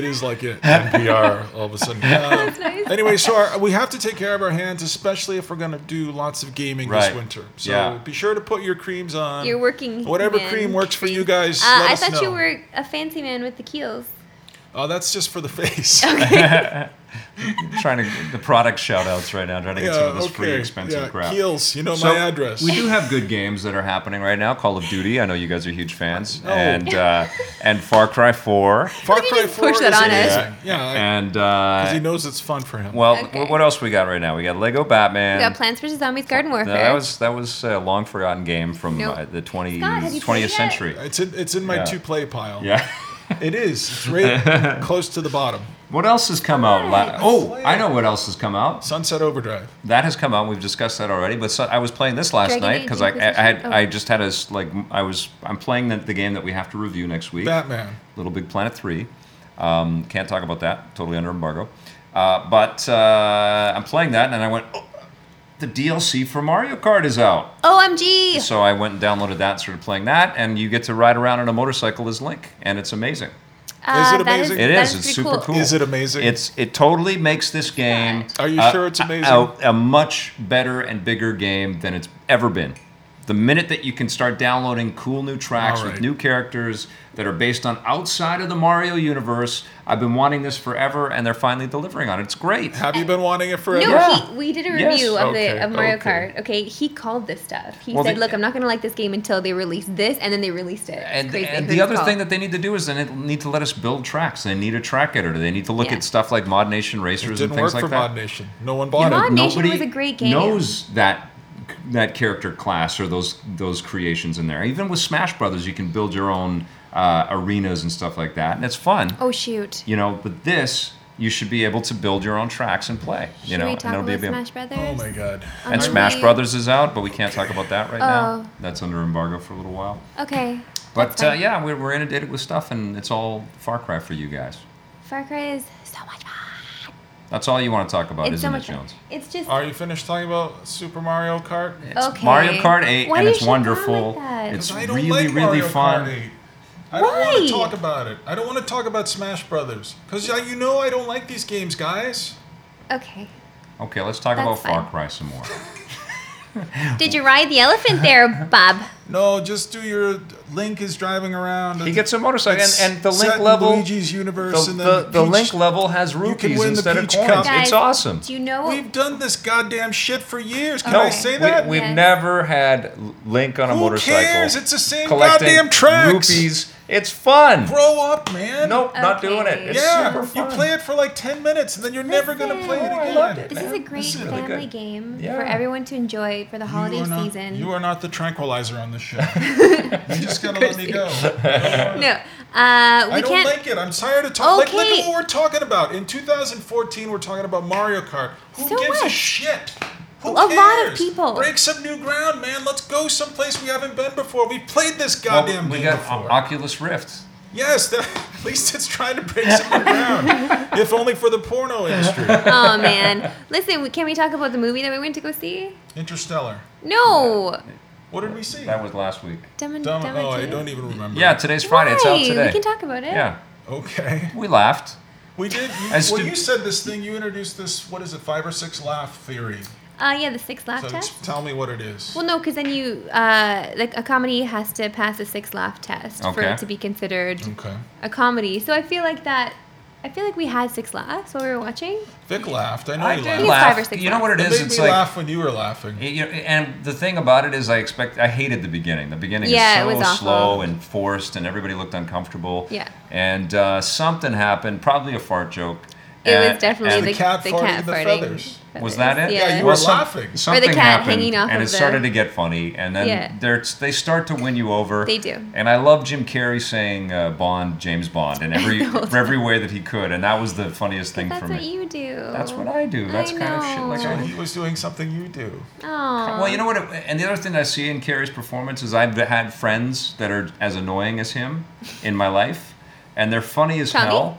Speaker 3: It is like a NPR all of a sudden. Um,
Speaker 2: nice.
Speaker 3: anyway, so our, we have to take care of our hands, especially if we're going to do lots of gaming this
Speaker 1: Right.
Speaker 3: winter. So
Speaker 1: Yeah.
Speaker 3: be sure to put your creams on.
Speaker 2: You're working.
Speaker 3: Whatever
Speaker 2: man.
Speaker 3: cream works for you guys.
Speaker 2: Uh,
Speaker 3: let
Speaker 2: I
Speaker 3: us
Speaker 2: thought you
Speaker 3: know.
Speaker 2: were a fancy man with the keels.
Speaker 3: Oh, that's just for the face.
Speaker 1: trying to the product shout outs right now, trying to get some of this free expensive
Speaker 3: yeah.
Speaker 1: crap.
Speaker 3: Keels, you know
Speaker 1: So,
Speaker 3: my address.
Speaker 1: We do have good games that are happening right now. Call of Duty. I know you guys are huge fans,
Speaker 3: No.
Speaker 1: and uh, and Far Cry Four.
Speaker 3: Far
Speaker 2: Look at
Speaker 3: Cry
Speaker 2: you
Speaker 3: 4
Speaker 2: push that
Speaker 3: is
Speaker 2: on us.
Speaker 3: amazing. Yeah,
Speaker 1: And
Speaker 3: because he
Speaker 1: uh,
Speaker 3: knows it's fun for him.
Speaker 1: well,
Speaker 2: Okay.
Speaker 1: wh- what else we got right now? We got Lego Batman.
Speaker 2: We got Plants vs Zombies Garden
Speaker 1: No,
Speaker 2: Warfare.
Speaker 1: that was that was a long forgotten game from
Speaker 2: Nope.
Speaker 1: uh, the 20,
Speaker 2: Scott, have you
Speaker 1: 20th
Speaker 2: played it?
Speaker 1: century.
Speaker 3: it's in, it's in my
Speaker 1: Yeah.
Speaker 3: two-play pile.
Speaker 1: Yeah.
Speaker 3: It is. It's right close to the bottom.
Speaker 1: What else has come out? La- oh, I know what else has come out.
Speaker 3: Sunset Overdrive.
Speaker 1: That has come out. We've discussed that already. But so, I was playing this last
Speaker 2: Dragon
Speaker 1: night
Speaker 2: Age
Speaker 1: because I, I, I had
Speaker 2: Inquisition?
Speaker 1: I just had a s- like m- I was I'm playing the, the game that we have to review next week.
Speaker 3: Batman.
Speaker 1: Little Big Planet three. Um, can't talk about that. Totally under embargo. Uh, but uh, I'm playing that, and I went. Oh, the DLC for Mario Kart is out.
Speaker 2: OMG!
Speaker 1: So I went and downloaded that and started playing that, and you get to ride around on a motorcycle as Link, and it's amazing.
Speaker 2: Uh,
Speaker 3: it
Speaker 2: that
Speaker 3: amazing?
Speaker 1: It
Speaker 2: that
Speaker 1: is. It's
Speaker 2: pretty
Speaker 1: super cool.
Speaker 3: Is it amazing?
Speaker 1: It's it totally makes this game. uh,
Speaker 3: Are you
Speaker 1: a-
Speaker 3: sure it's amazing?
Speaker 1: A, a much better and bigger game than it's ever been. The minute that you can start downloading cool new tracks
Speaker 3: All right.
Speaker 1: with new characters that are based on outside of the Mario universe, I've been wanting this forever, and they're finally delivering on it. It's great.
Speaker 3: Have you been wanting it
Speaker 2: No,
Speaker 3: forever?
Speaker 1: Yeah.
Speaker 2: he, we did a
Speaker 1: Yes.
Speaker 2: review of
Speaker 3: Okay,
Speaker 2: the of Mario
Speaker 3: okay.
Speaker 2: Kart. Okay, he called this stuff. He
Speaker 1: Well,
Speaker 2: said,
Speaker 1: the-
Speaker 2: "Look, I'm not going to like this game until they release this," and then they released it. It's
Speaker 1: And,
Speaker 2: crazy.
Speaker 1: and
Speaker 2: Who'd
Speaker 1: the other
Speaker 2: call?
Speaker 1: thing that they need to do is they need to let us build tracks. They need a track editor. They need to look
Speaker 2: Yeah.
Speaker 1: at stuff like Mod Nation Racers
Speaker 3: Didn't
Speaker 1: and things
Speaker 3: work
Speaker 1: like
Speaker 3: for
Speaker 1: that.
Speaker 3: Mod Nation. No one bought
Speaker 2: Mod
Speaker 3: it.
Speaker 2: Nation was a great game.
Speaker 1: knows that that character class or those those creations in there. Even with Smash Brothers, you can build your own uh, arenas and stuff like that, and it's fun.
Speaker 2: Oh shoot!
Speaker 1: You know, but this you should be able to build your own tracks and play. You
Speaker 2: Should
Speaker 1: know,
Speaker 2: we
Speaker 1: and
Speaker 2: talk
Speaker 1: it'll be a
Speaker 2: about
Speaker 1: bit-
Speaker 2: Smash Brothers?
Speaker 3: Oh my god.
Speaker 1: And
Speaker 2: Are
Speaker 1: Smash
Speaker 2: we-
Speaker 1: Brothers is out, but we can't talk about that right
Speaker 2: Oh.
Speaker 1: now. That's under embargo for a little while.
Speaker 2: Okay.
Speaker 1: But
Speaker 2: That's
Speaker 1: uh,
Speaker 2: fine.
Speaker 1: yeah, we're, we're inundated with stuff, and it's all Far Cry for you guys.
Speaker 2: Far Cry is so much fun.
Speaker 1: That's all you want to talk about,
Speaker 2: It's
Speaker 1: isn't
Speaker 2: so
Speaker 1: it,
Speaker 2: much fun.
Speaker 1: Jones?
Speaker 2: It's just
Speaker 3: Are you finished talking about Super Mario Kart?
Speaker 1: It's
Speaker 2: Okay.
Speaker 1: Mario Kart 8,
Speaker 2: Why
Speaker 1: and
Speaker 2: do you
Speaker 1: it's
Speaker 2: shut down
Speaker 1: wonderful.
Speaker 2: like that?
Speaker 1: it's
Speaker 3: I don't
Speaker 1: really,
Speaker 3: like
Speaker 1: really
Speaker 3: Mario
Speaker 1: fun.
Speaker 3: Kart 8. I don't want
Speaker 2: Why?
Speaker 3: to talk about it. I don't want to talk about Smash Brothers because you know I don't like these games, guys.
Speaker 2: okay.
Speaker 1: Okay, let's talk
Speaker 2: That's
Speaker 1: about Far
Speaker 2: fine.
Speaker 1: Cry some more.
Speaker 2: Did you ride the elephant there, Bob?
Speaker 3: No, just do your Link is driving around.
Speaker 1: he gets a motorcycle, and,
Speaker 3: It's
Speaker 1: and the
Speaker 3: set
Speaker 1: Link
Speaker 3: in
Speaker 1: level,
Speaker 3: Luigi's
Speaker 1: the,
Speaker 3: universe, and then
Speaker 1: the, the
Speaker 3: Peach-
Speaker 1: Link level has rupees
Speaker 3: win the
Speaker 1: instead of
Speaker 3: Peach
Speaker 1: coins.
Speaker 3: Cup.
Speaker 1: it's
Speaker 2: Guys,
Speaker 1: awesome.
Speaker 2: Do you know?
Speaker 3: We've done this goddamn shit for years. Can
Speaker 1: no,
Speaker 3: I say
Speaker 1: we,
Speaker 3: that?
Speaker 1: we've
Speaker 2: Yes.
Speaker 1: never had Link on a
Speaker 3: Who
Speaker 1: motorcycle.
Speaker 3: cares? It's the same
Speaker 1: collecting
Speaker 3: goddamn tracks.
Speaker 1: Rupees. It's fun.
Speaker 3: Grow up, man.
Speaker 1: Nope, not doing it.
Speaker 2: Okay.
Speaker 1: It's
Speaker 3: Yeah,
Speaker 1: super
Speaker 3: you
Speaker 1: fun.
Speaker 3: play it for like ten minutes, and then you're never gonna
Speaker 2: Listen,
Speaker 3: play it
Speaker 1: Oh, I
Speaker 3: again.
Speaker 1: loved it.
Speaker 2: This is a
Speaker 1: man.
Speaker 2: great
Speaker 1: This is really
Speaker 2: family
Speaker 1: good.
Speaker 2: game
Speaker 1: Yeah.
Speaker 2: for everyone to enjoy for the holiday
Speaker 3: you are not,
Speaker 2: season.
Speaker 3: You are not the tranquilizer on this show. you just gotta let me go.
Speaker 2: no, uh, we
Speaker 3: I don't
Speaker 2: can't.
Speaker 3: like it. I'm tired of talking. Like, look
Speaker 2: Okay.
Speaker 3: at what we're talking about. In 2014, we're talking about Mario Kart. Who
Speaker 2: So
Speaker 3: gives a
Speaker 2: what?
Speaker 3: shit? Who
Speaker 2: A lot of
Speaker 3: cares?
Speaker 2: people.
Speaker 3: Break some new ground, man. Let's go someplace we haven't been before. We played this
Speaker 1: Well,
Speaker 3: goddamn
Speaker 1: we
Speaker 3: game
Speaker 1: got um,
Speaker 3: before.
Speaker 1: Oculus Rift.
Speaker 3: yes, that, at least it's trying to break some new ground. if only for the porno industry.
Speaker 2: oh man, listen. we- Can we talk about the movie that we went to go see?
Speaker 3: Interstellar.
Speaker 2: No,
Speaker 3: What did we see?
Speaker 1: That was last week.
Speaker 2: Dumb and
Speaker 3: Dumb.
Speaker 2: Dumb.
Speaker 3: Oh, I
Speaker 2: and
Speaker 3: don't even remember.
Speaker 1: Yeah, today's Friday. It's out
Speaker 2: Why?
Speaker 1: today.
Speaker 2: We can talk about it.
Speaker 1: Yeah,
Speaker 3: Okay.
Speaker 1: we laughed.
Speaker 3: We did. You,
Speaker 1: As
Speaker 3: well,
Speaker 1: to-
Speaker 3: you said this thing. You introduced this. What is it? Five or six laugh theory.
Speaker 2: Uh, yeah, the six laugh
Speaker 3: So
Speaker 2: test.
Speaker 3: t- tell me what it is.
Speaker 2: Well, no, because then you uh, like a comedy has to pass a six laugh test for
Speaker 1: Okay.
Speaker 2: it to be considered
Speaker 3: Okay.
Speaker 2: a comedy. So I feel like that. I feel like we had six laughs while we were watching.
Speaker 3: Vic laughed. I know
Speaker 1: I
Speaker 3: he
Speaker 1: did
Speaker 3: laughed.
Speaker 2: laugh.
Speaker 1: laugh.
Speaker 2: five or six
Speaker 1: you know what it
Speaker 3: It
Speaker 1: is?
Speaker 3: made
Speaker 1: It's
Speaker 3: me
Speaker 1: like
Speaker 3: laugh when you were laughing.
Speaker 1: Y- You know, and the thing about it is, I expect I hated the beginning. The beginning
Speaker 2: Yeah, it
Speaker 1: is so
Speaker 2: was awful.
Speaker 1: slow and forced, and everybody looked uncomfortable.
Speaker 2: Yeah.
Speaker 1: And uh, something happened, probably a fart joke.
Speaker 2: It was
Speaker 1: and-
Speaker 2: definitely
Speaker 1: and
Speaker 2: the-
Speaker 3: cat
Speaker 2: the
Speaker 3: farting
Speaker 2: cat
Speaker 3: and the
Speaker 2: farting.
Speaker 3: feathers.
Speaker 1: Was that it?
Speaker 2: Yeah.
Speaker 3: Yeah, you
Speaker 1: Well,
Speaker 3: were
Speaker 1: some-
Speaker 3: laughing.
Speaker 1: Something
Speaker 2: uh, cat
Speaker 1: happened,
Speaker 2: hanging off
Speaker 1: and
Speaker 2: of
Speaker 1: it
Speaker 2: the-
Speaker 1: started to get funny, and then
Speaker 2: Yeah.
Speaker 1: they're, they start to win you over.
Speaker 2: They do.
Speaker 1: And I love Jim Carrey saying uh, Bond, James Bond, in every
Speaker 2: whole time.
Speaker 1: every way that he could, and that was the funniest thing
Speaker 2: That's
Speaker 1: for me.
Speaker 2: what you do.
Speaker 1: That's what I do. That's kind of shit like
Speaker 3: So
Speaker 1: I
Speaker 2: know.
Speaker 1: do.
Speaker 3: he was doing something you do.
Speaker 2: Aw.
Speaker 1: Well, you know what? uh, And the other thing I see in Carrie's performance is I've had friends that are as annoying as him in my life, and they're funny as
Speaker 2: Tommy?
Speaker 1: hell.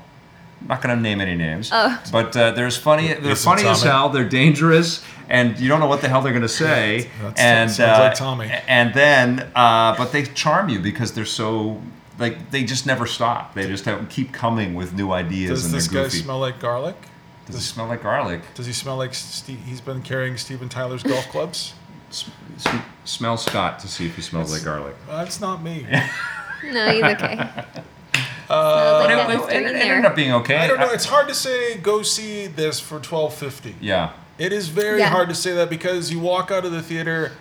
Speaker 1: I'm not going to name any names,
Speaker 2: Oh.
Speaker 1: but uh, they're as funny. They're
Speaker 3: Listen,
Speaker 1: funny as
Speaker 3: Tommy.
Speaker 1: hell. They're dangerous, and you don't know what the hell they're going to say.
Speaker 3: That's-
Speaker 1: and
Speaker 3: sounds
Speaker 1: uh,
Speaker 3: like Tommy.
Speaker 1: And then, uh, but they charm you because they're so like they just never stop. They just have, keep coming with new ideas
Speaker 3: Does
Speaker 1: and
Speaker 3: this
Speaker 1: they're
Speaker 3: guy
Speaker 1: goofy.
Speaker 3: smell like garlic?
Speaker 1: Does it smell like garlic?
Speaker 3: Does he smell like Ste he's been carrying Steven Tyler's golf clubs?
Speaker 1: S- s- smell Scott to see if he smells like garlic.
Speaker 3: That's not me.
Speaker 2: No, he's okay.
Speaker 1: But
Speaker 2: Smells
Speaker 3: Uh,
Speaker 2: like
Speaker 1: it,
Speaker 2: that
Speaker 1: it-
Speaker 2: mystery
Speaker 1: it
Speaker 2: in
Speaker 1: ended
Speaker 2: there.
Speaker 1: up being okay.
Speaker 3: I don't know.
Speaker 1: I-
Speaker 3: It's hard to say go see this for twelve fifty.
Speaker 1: yeah.
Speaker 3: It is very
Speaker 2: Yeah.
Speaker 3: hard to say that because you walk out of the theater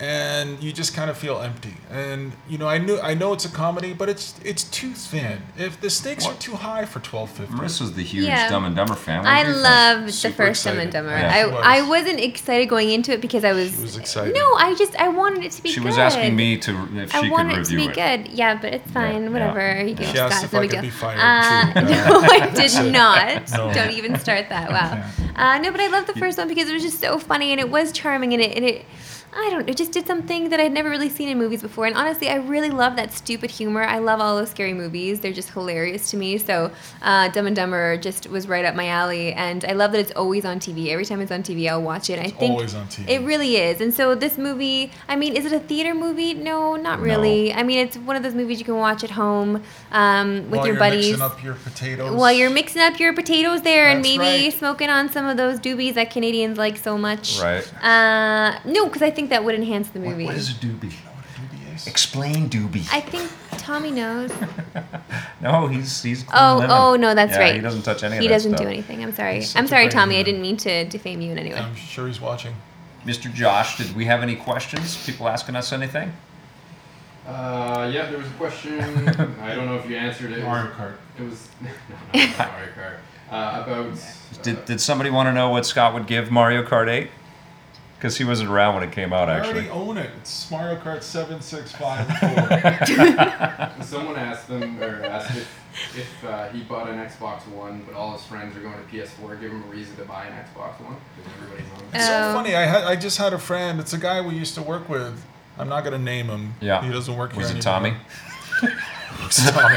Speaker 3: and you just kind of feel empty. And you know, I knew I know it's a comedy, but it's it's too thin. If the stakes are
Speaker 1: What?
Speaker 3: too high for twelve fifty,
Speaker 1: Marissa's the huge
Speaker 2: Yeah.
Speaker 1: Dumb and Dumber fan. What
Speaker 2: I
Speaker 1: do you think?
Speaker 2: loved the
Speaker 3: Super
Speaker 2: first Dumb and
Speaker 3: excited.
Speaker 2: Dumber.
Speaker 1: Yeah.
Speaker 2: I,
Speaker 3: She was.
Speaker 2: I wasn't excited going into it because I was.
Speaker 3: was excited.
Speaker 2: No, I just I wanted it to be
Speaker 1: She
Speaker 2: good.
Speaker 1: was asking me to if she
Speaker 2: I
Speaker 1: could
Speaker 2: wanted it to
Speaker 1: review
Speaker 2: be
Speaker 1: it.
Speaker 2: good. Yeah, but it's fine.
Speaker 1: yeah.
Speaker 2: Whatever. You
Speaker 1: She
Speaker 2: can
Speaker 3: asked
Speaker 2: discuss,
Speaker 3: if
Speaker 2: no
Speaker 3: I
Speaker 2: big
Speaker 3: could
Speaker 2: deal.
Speaker 3: be fired,
Speaker 2: Uh,
Speaker 3: too.
Speaker 2: no, I did not.
Speaker 3: No.
Speaker 2: Don't even start that. Wow. Uh, no, but I loved the first one because it was just so funny and it was charming and it and it. I don't. It just did something that I'd never really seen in movies before, and honestly, I really love that stupid humor. I love all those scary movies; they're just hilarious to me. So, uh, Dumb and Dumber just was right up my alley, and I love that it's always on TV. Every time it's on TV, I'll watch it. I think
Speaker 3: always on TV.
Speaker 2: It really is. And so this movie, I mean, is it a theater movie? No, not really. I mean, it's one of those movies you can watch at home um, with
Speaker 3: while
Speaker 2: your
Speaker 3: you're
Speaker 2: buddies.
Speaker 3: mixing up your potatoes.
Speaker 2: While you're mixing up your potatoes there and
Speaker 3: That's
Speaker 2: maybe
Speaker 3: right.
Speaker 2: smoking on some of those doobies that Canadians like so much.
Speaker 1: Right.
Speaker 2: Uh, no, because I think that would enhance the movie.
Speaker 1: What is a doobie?
Speaker 3: You know what a doobie is?
Speaker 1: Explain doobie.
Speaker 2: I think Tommy knows.
Speaker 1: no, he's he's. Clean
Speaker 2: Oh,
Speaker 1: linen.
Speaker 2: oh, no, that's
Speaker 1: Yeah,
Speaker 2: right.
Speaker 1: He doesn't touch any of
Speaker 2: He
Speaker 1: that
Speaker 2: doesn't
Speaker 1: stuff.
Speaker 2: do anything. I'm sorry.
Speaker 3: He's such
Speaker 2: I'm
Speaker 3: a
Speaker 2: sorry,
Speaker 3: brave
Speaker 2: Tommy. I
Speaker 3: man.
Speaker 2: didn't mean to defame you in any way.
Speaker 3: I'm sure he's watching.
Speaker 1: Mr. Josh, did we have any questions? People asking us anything?
Speaker 4: Uh, yeah, there was a question. I don't know if you answered it. It was-
Speaker 3: Mario Kart.
Speaker 4: It was no, no, not Mario Kart. Uh, about
Speaker 1: Did
Speaker 4: uh,
Speaker 1: did somebody want to know what Scott would give Mario Kart 8? Because he wasn't around when it came out,
Speaker 3: I already
Speaker 1: actually.
Speaker 3: own it. It's Mario Kart seven six five four.
Speaker 4: someone asked them or asked if if uh, he bought an Xbox One, but all his friends are going to PS4. Give him a reason to buy an Xbox One because everybody's on.
Speaker 3: It's
Speaker 2: Oh.
Speaker 3: so funny. I had I just had a friend. It's a guy we used to work with. I'm not gonna name him.
Speaker 1: Yeah.
Speaker 3: He doesn't work
Speaker 1: Was
Speaker 3: here
Speaker 1: it Tommy?
Speaker 3: anymore. It's Tommy.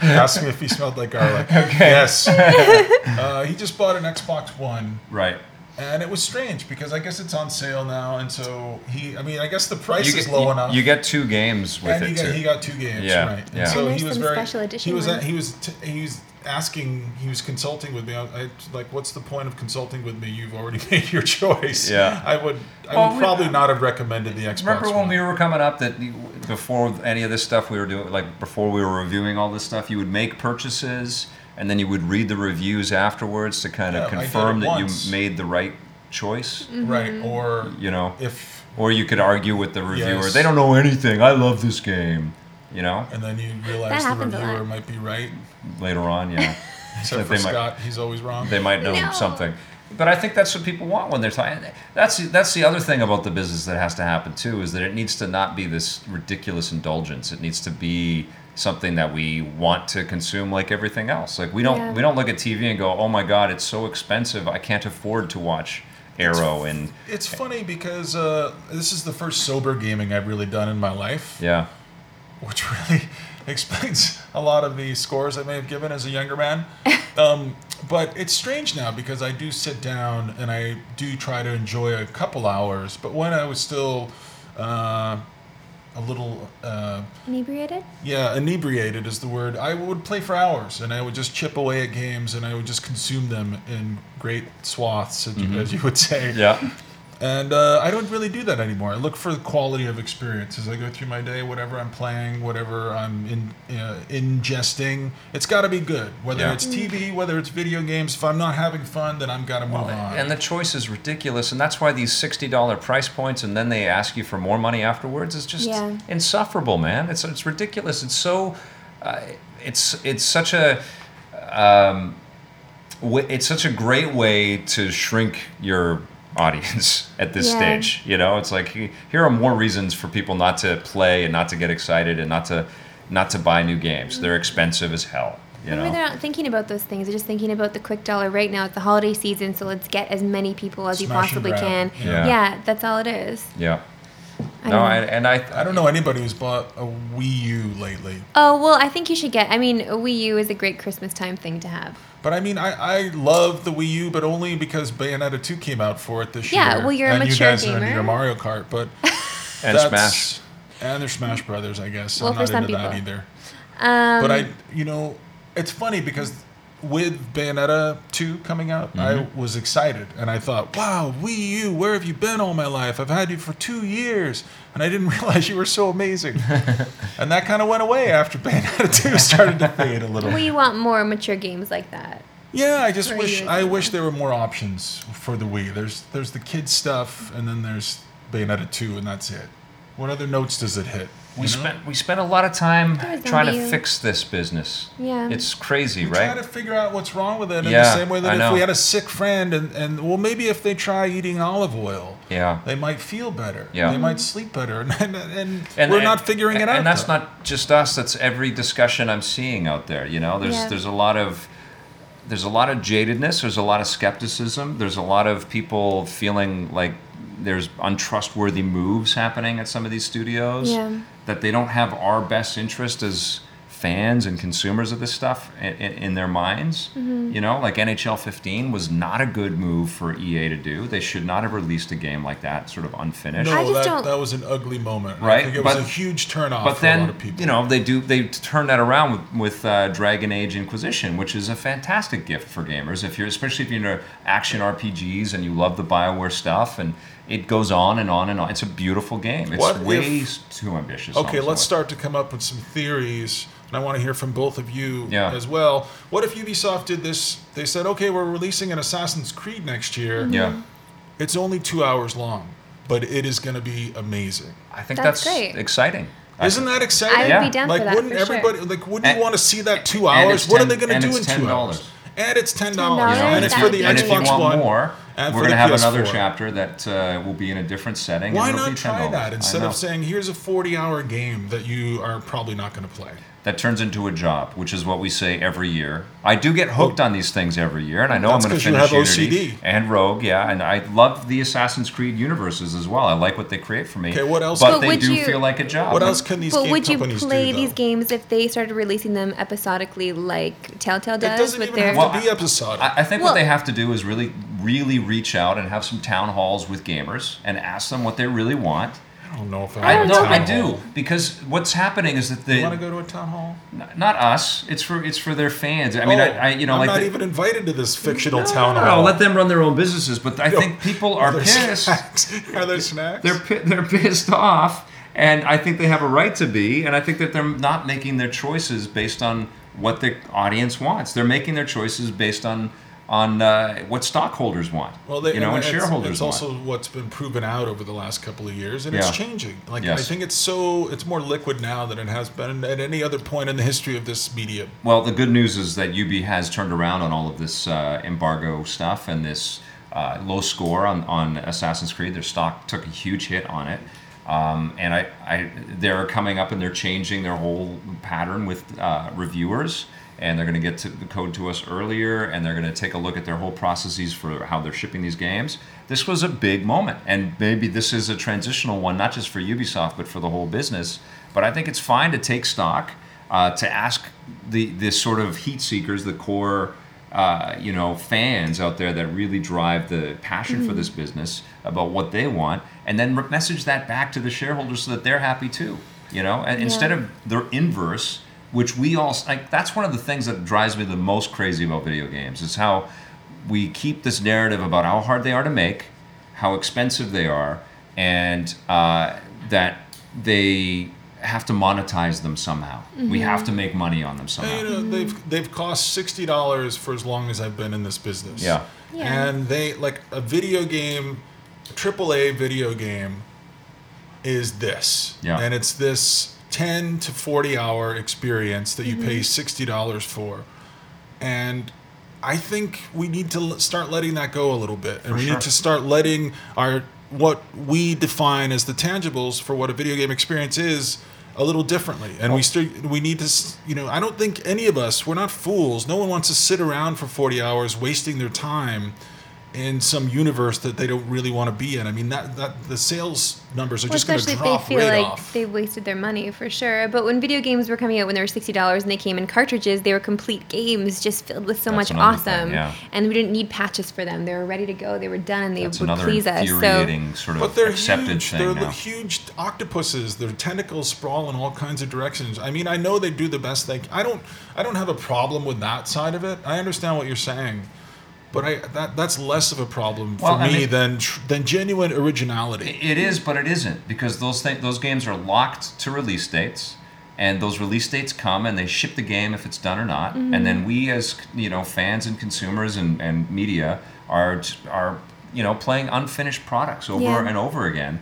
Speaker 3: he asked me if he smelled like garlic. Okay. Yes. uh, he just bought an Xbox One,
Speaker 1: Right.
Speaker 3: and it was strange because I guess it's on sale now, and so he. I mean, I guess the price
Speaker 1: You
Speaker 3: is
Speaker 1: get,
Speaker 3: low
Speaker 1: you-
Speaker 3: enough.
Speaker 1: you get two games with
Speaker 3: and he
Speaker 1: it
Speaker 3: got,
Speaker 1: too.
Speaker 3: he got two games,
Speaker 1: Yeah,
Speaker 3: right?
Speaker 1: yeah.
Speaker 3: And so
Speaker 2: And there's
Speaker 3: he was
Speaker 2: some
Speaker 3: very.
Speaker 2: special edition
Speaker 3: he was
Speaker 2: ones.
Speaker 3: he was t- he was asking. He was consulting with me. I, I like, what's the point of consulting with me? You've already made your choice.
Speaker 1: Yeah.
Speaker 3: I would. I
Speaker 1: Well,
Speaker 3: would
Speaker 1: we-
Speaker 3: probably not have recommended the Xbox.
Speaker 1: Remember when
Speaker 3: One.
Speaker 1: we were coming up that you- before any of this stuff we were doing, like before we were reviewing all this stuff, you would make purchases and then you would read the reviews afterwards to kind
Speaker 3: Yeah,
Speaker 1: of
Speaker 3: I did it
Speaker 1: confirm that
Speaker 3: once.
Speaker 1: you made the right choice,
Speaker 3: right? Or
Speaker 1: you know?
Speaker 3: if
Speaker 1: Or you could argue with the reviewer,
Speaker 3: Yes.
Speaker 1: they don't know anything, I love this game, you know?
Speaker 3: and then you realize the
Speaker 2: happens a lot.
Speaker 3: reviewer might be right,
Speaker 1: Later on, yeah.
Speaker 3: except
Speaker 1: Like
Speaker 3: for
Speaker 1: they might-
Speaker 3: Scott. He's always wrong.
Speaker 1: they might know
Speaker 2: No.
Speaker 1: something. But I think that's what people want when they're talking. That's that's the other thing about the business that has to happen too is that it needs to not be this ridiculous indulgence. It needs to be something that we want to consume like everything else. Like we don't
Speaker 2: Yeah.
Speaker 1: we don't look at TV and go, "Oh my god, it's so expensive. I can't afford to watch Arrow and
Speaker 3: it's funny because uh, this is the first sober gaming I've really done in my life.
Speaker 1: yeah,
Speaker 3: which really explains a lot of the scores I may have given as a younger man. Um, but it's strange now because I do sit down and I do try to enjoy a couple hours. But when I was still uh, a little, uh,
Speaker 2: Inebriated?
Speaker 3: yeah, inebriated is the word, I would play for hours and I would just chip away at games and I would just consume them in great swaths, as, you, as you would say.
Speaker 1: Mm-hmm. yeah,
Speaker 3: And uh, I don't really do that anymore. I look for the quality of experience as I go through my day, whatever I'm playing, whatever I'm in, uh, ingesting. It's got to be good, whether
Speaker 1: Yeah.
Speaker 3: it's TV, whether it's video games. If I'm not having fun, then I'm got to move on.
Speaker 1: And the choice is ridiculous, and that's why these sixty dollar price points, and then they ask you for more money afterwards, is just
Speaker 2: Yeah.
Speaker 1: insufferable, man. It's it's ridiculous. It's so, uh, it's it's such a, um, w- it's such a great way to shrink your audience at this
Speaker 2: Yeah.
Speaker 1: stage. You know, it's like he- here are more reasons for people not to play and not to get excited and not to not to buy new games. They're expensive as hell. You
Speaker 2: Mm-hmm. Maybe
Speaker 1: know.
Speaker 2: they're not thinking about those things. They're just thinking about the quick dollar right now. It's the holiday season, so let's get as many people as you
Speaker 3: Smash and
Speaker 2: possibly
Speaker 3: grab,
Speaker 2: can.
Speaker 3: you
Speaker 1: know. Yeah.
Speaker 2: that's all it is.
Speaker 1: Yeah.
Speaker 2: I
Speaker 1: no,
Speaker 2: don't know.
Speaker 1: and, and I
Speaker 3: I don't know anybody who's bought a Wii U lately.
Speaker 2: Oh well, I think you should get. I mean, a Wii U is a great Christmas time thing to have.
Speaker 3: But I mean, I, I love the Wii U, but only because Bayonetta 2 came out for it this
Speaker 2: Yeah,
Speaker 3: year.
Speaker 2: well, you're a
Speaker 3: and
Speaker 2: mature
Speaker 3: you guys are into
Speaker 2: gamer.
Speaker 3: your Mario Kart, but
Speaker 1: and Smash.
Speaker 3: And they're Smash Brothers, I guess.
Speaker 2: Well,
Speaker 3: I'm
Speaker 2: for
Speaker 3: not
Speaker 2: some
Speaker 3: into that
Speaker 2: people.
Speaker 3: either.
Speaker 2: Um,
Speaker 3: but I, you know, it's funny because with Bayonetta 2 coming out,
Speaker 1: Mm-hmm.
Speaker 3: I was excited and I thought, wow, Wii U, where have you been all my life? I've had you for two years and I didn't realize you were so amazing. and that kind of went away after Bayonetta 2 started to fade a little.
Speaker 2: we want more mature games like that.
Speaker 3: Yeah, I just
Speaker 2: For
Speaker 3: wish
Speaker 2: you,
Speaker 3: I
Speaker 2: yeah.
Speaker 3: wish there were more options for the Wii. There's there's the kids stuff and then there's Bayonetta 2 and that's it. What other notes does it hit?
Speaker 1: We
Speaker 3: you know?
Speaker 1: spent we spent a lot of time
Speaker 2: There was
Speaker 1: trying
Speaker 2: Zombie U.
Speaker 1: to fix this business.
Speaker 2: Yeah.
Speaker 1: It's crazy,
Speaker 3: We
Speaker 1: right?
Speaker 3: try to figure out what's wrong with it in the
Speaker 1: Yeah,
Speaker 3: same way
Speaker 1: I
Speaker 3: that if
Speaker 1: know.
Speaker 3: we had a sick friend and, and well maybe if they try eating olive oil
Speaker 1: yeah.
Speaker 3: they might feel better
Speaker 1: Yeah.
Speaker 3: they might sleep better and, and, and we're not figuring it
Speaker 1: and
Speaker 3: out
Speaker 1: And that's
Speaker 3: though.
Speaker 1: not just us. That's every discussion I'm seeing out there. You know, there's
Speaker 2: Yeah.
Speaker 1: there's a lot of there's a lot of jadedness. There's a lot of skepticism. There's a lot of people feeling like there's untrustworthy moves happening at some of these studios
Speaker 2: Yeah.
Speaker 1: that they don't have our best interest as fans and consumers of this stuff in, in, in their minds.
Speaker 2: Mm-hmm.
Speaker 1: You know, like NHL 15 was not a good move for EA to do. They should not have released a game like that, sort of unfinished.
Speaker 3: no
Speaker 2: I just
Speaker 3: that,
Speaker 2: don't-
Speaker 3: that was an ugly moment I
Speaker 1: Right,
Speaker 3: think it
Speaker 1: but-
Speaker 3: was a huge turnoff
Speaker 1: But
Speaker 3: for a lot
Speaker 1: then,
Speaker 3: of people
Speaker 1: you know, they do they turn that around with, with uh, Dragon Age Inquisition, which is a fantastic gift for gamers. If you're especially if you're into action RPGs and you love the Bioware stuff, and it goes on and on and on. It's a beautiful game. It's
Speaker 3: What
Speaker 1: way
Speaker 3: if-
Speaker 1: too ambitious.
Speaker 3: Okay, let's
Speaker 1: honestly.
Speaker 3: start to come up with some theories, and I want to hear from both of you
Speaker 1: Yeah.
Speaker 3: as well. What if Ubisoft did this? They said, okay, we're releasing an Assassin's Creed next year.
Speaker 1: Mm-hmm. Yeah,
Speaker 3: It's only two hours long, but it is going to be amazing.
Speaker 1: I think
Speaker 2: That's
Speaker 1: that's,
Speaker 2: great.
Speaker 1: exciting. I-
Speaker 3: Isn't that exciting?
Speaker 2: I would
Speaker 1: Yeah.
Speaker 2: be down
Speaker 3: like,
Speaker 2: for that.
Speaker 3: wouldn't
Speaker 2: for sure.
Speaker 3: everybody? Like, wouldn't
Speaker 1: And-
Speaker 3: you want to see that two
Speaker 1: and
Speaker 3: hours?
Speaker 1: it's
Speaker 3: what are
Speaker 1: 10
Speaker 3: they going
Speaker 1: and
Speaker 3: to do
Speaker 1: it's
Speaker 3: in
Speaker 1: $10.
Speaker 3: two hours? And it's ten dollars,
Speaker 2: $10.
Speaker 1: You know,
Speaker 3: and it's for the
Speaker 2: that-
Speaker 1: and if you
Speaker 3: Xbox
Speaker 1: want
Speaker 3: One.
Speaker 1: more,
Speaker 3: and
Speaker 1: we're
Speaker 3: for
Speaker 1: going
Speaker 3: the
Speaker 1: to have
Speaker 3: PS4.
Speaker 1: another chapter that uh, will be in a different setting.
Speaker 3: Why
Speaker 1: and it'll
Speaker 3: not
Speaker 1: be
Speaker 3: try
Speaker 1: $10.
Speaker 3: that
Speaker 1: I
Speaker 3: instead
Speaker 1: know.
Speaker 3: of saying, "Here's a 40-hour game that you are probably not going to play"?
Speaker 1: that turns into a job, which is what we say every year. I do get hooked on these things every year, and I know I'm
Speaker 3: That's
Speaker 1: going to
Speaker 3: 'cause you
Speaker 1: finish
Speaker 3: have
Speaker 1: Unity
Speaker 3: OCD.
Speaker 1: and Rogue, yeah. And I love the Assassin's Creed universes as well. I like what they create for me.
Speaker 3: Okay, what else-
Speaker 1: But
Speaker 2: But
Speaker 1: they
Speaker 2: would
Speaker 1: do
Speaker 2: you-
Speaker 1: feel like a job.
Speaker 3: What else can these
Speaker 2: But
Speaker 3: game
Speaker 2: would you
Speaker 3: companies
Speaker 2: play
Speaker 3: do? though?
Speaker 2: these games if they started releasing them episodically, like Telltale
Speaker 3: It
Speaker 2: does
Speaker 3: doesn't
Speaker 2: with
Speaker 3: even
Speaker 2: their?
Speaker 3: have
Speaker 1: Well,
Speaker 3: to be episodic.
Speaker 1: I, I think
Speaker 2: Well-
Speaker 1: what they have to do is really, really reach out and have some town halls with gamers and ask them what they really want.
Speaker 3: I don't know if
Speaker 1: I,
Speaker 3: want
Speaker 1: no,
Speaker 3: a town
Speaker 1: I do
Speaker 3: hall.
Speaker 1: because what's happening is that the
Speaker 3: You want to go to a town hall?
Speaker 1: n- not us. It's for it's for their fans. I mean, I, I you know
Speaker 3: am
Speaker 1: like
Speaker 3: Oh, not
Speaker 1: the-
Speaker 3: even invited to this fictional town
Speaker 1: no,
Speaker 3: hall.
Speaker 1: let them run their own businesses. But I
Speaker 3: No.
Speaker 1: think people are
Speaker 3: Are there
Speaker 1: pissed.
Speaker 3: snacks? Are there snacks?
Speaker 1: they're pi- they're pissed off, and I think they have a right to be. And I think that they're not making their choices based on what the audience wants. They're making their choices based on on uh, what stockholders want.
Speaker 3: well, they,
Speaker 1: you know,
Speaker 3: and
Speaker 1: and
Speaker 3: it's-
Speaker 1: shareholders
Speaker 3: It's
Speaker 1: want.
Speaker 3: also what's been proven out over the last couple of years, and
Speaker 1: Yeah.
Speaker 3: it's changing. Like I
Speaker 1: Yes.
Speaker 3: think it's so it's more liquid now than it has been at any other point in the history of this medium.
Speaker 1: Well, the good news is that UB has turned around on all of this uh, embargo stuff and this uh, low score on, on Assassin's Creed. Their stock took a huge hit on it. Um, and I, I, they're coming up and they're changing their whole pattern with uh, reviewers. And they're going to get to the code to us earlier, and they're going to take a look at their whole processes for how they're shipping these games. This was a big moment, and maybe this is a transitional one, not just for Ubisoft, but for the whole business. But I think it's fine to take stock uh, to ask the this sort of heat seekers, the core, uh, you know, fans out there that really drive the passion for this business about what they want, and then re- message that back to the shareholders so that they're happy too. You know, and instead of the inverse, which we all like, that's one of the things that drives me the most crazy about video games is how we keep this narrative about how hard they are to make, how expensive they are, and uh, that they have to monetize them somehow. We have to make money on them somehow.
Speaker 3: You know, they've they've cost sixty dollars for as long as I've been in this business.
Speaker 1: Yeah.
Speaker 2: Yeah.
Speaker 3: And they like a video game, a triple A video game, is this.
Speaker 1: Yeah.
Speaker 3: And it's this ten to forty hour experience that you pay sixty dollars for, and I think we need to l- start letting that go a little bit, and we
Speaker 1: sure.
Speaker 3: need to start letting our what we define as the tangibles for what a video game experience is a little differently. And we st- we need to, s- you know, I don't think any of us we're not fools. No one wants to sit around for forty hours wasting their time in some universe that they don't really want to be in. I mean, that that the sales numbers are
Speaker 2: Well,
Speaker 3: just going
Speaker 2: especially
Speaker 3: to
Speaker 2: if they
Speaker 3: drop
Speaker 2: feel
Speaker 3: right
Speaker 2: like
Speaker 3: off.
Speaker 2: they wasted their money for sure. But when video games were coming out when they were sixty dollars and they came in cartridges, they were complete games just filled with so
Speaker 1: That's
Speaker 2: much
Speaker 1: another thing,
Speaker 2: awesome,
Speaker 1: yeah.
Speaker 2: and we didn't need patches for them. They were ready to go. They were done, and they
Speaker 1: That's
Speaker 2: would
Speaker 1: another
Speaker 2: please us. So
Speaker 1: infuriating sort of
Speaker 3: But they're
Speaker 1: accepted
Speaker 3: huge.
Speaker 1: thing
Speaker 3: they're
Speaker 1: now.
Speaker 3: huge octopuses. Their tentacles sprawl in all kinds of directions. I mean, I know they do the best they. c- I don't. I don't have a problem with that side of it. I understand what you're saying, but I that that's less of a problem for
Speaker 1: Well, I
Speaker 3: me
Speaker 1: mean-
Speaker 3: than tr- than genuine originality.
Speaker 1: It is, but it isn't because those th- those games are locked to release dates, and those release dates come and they ship the game if it's done or not, and then we as you know fans and consumers and, and media are t- are you know playing unfinished products over
Speaker 2: Yeah.
Speaker 1: and over again.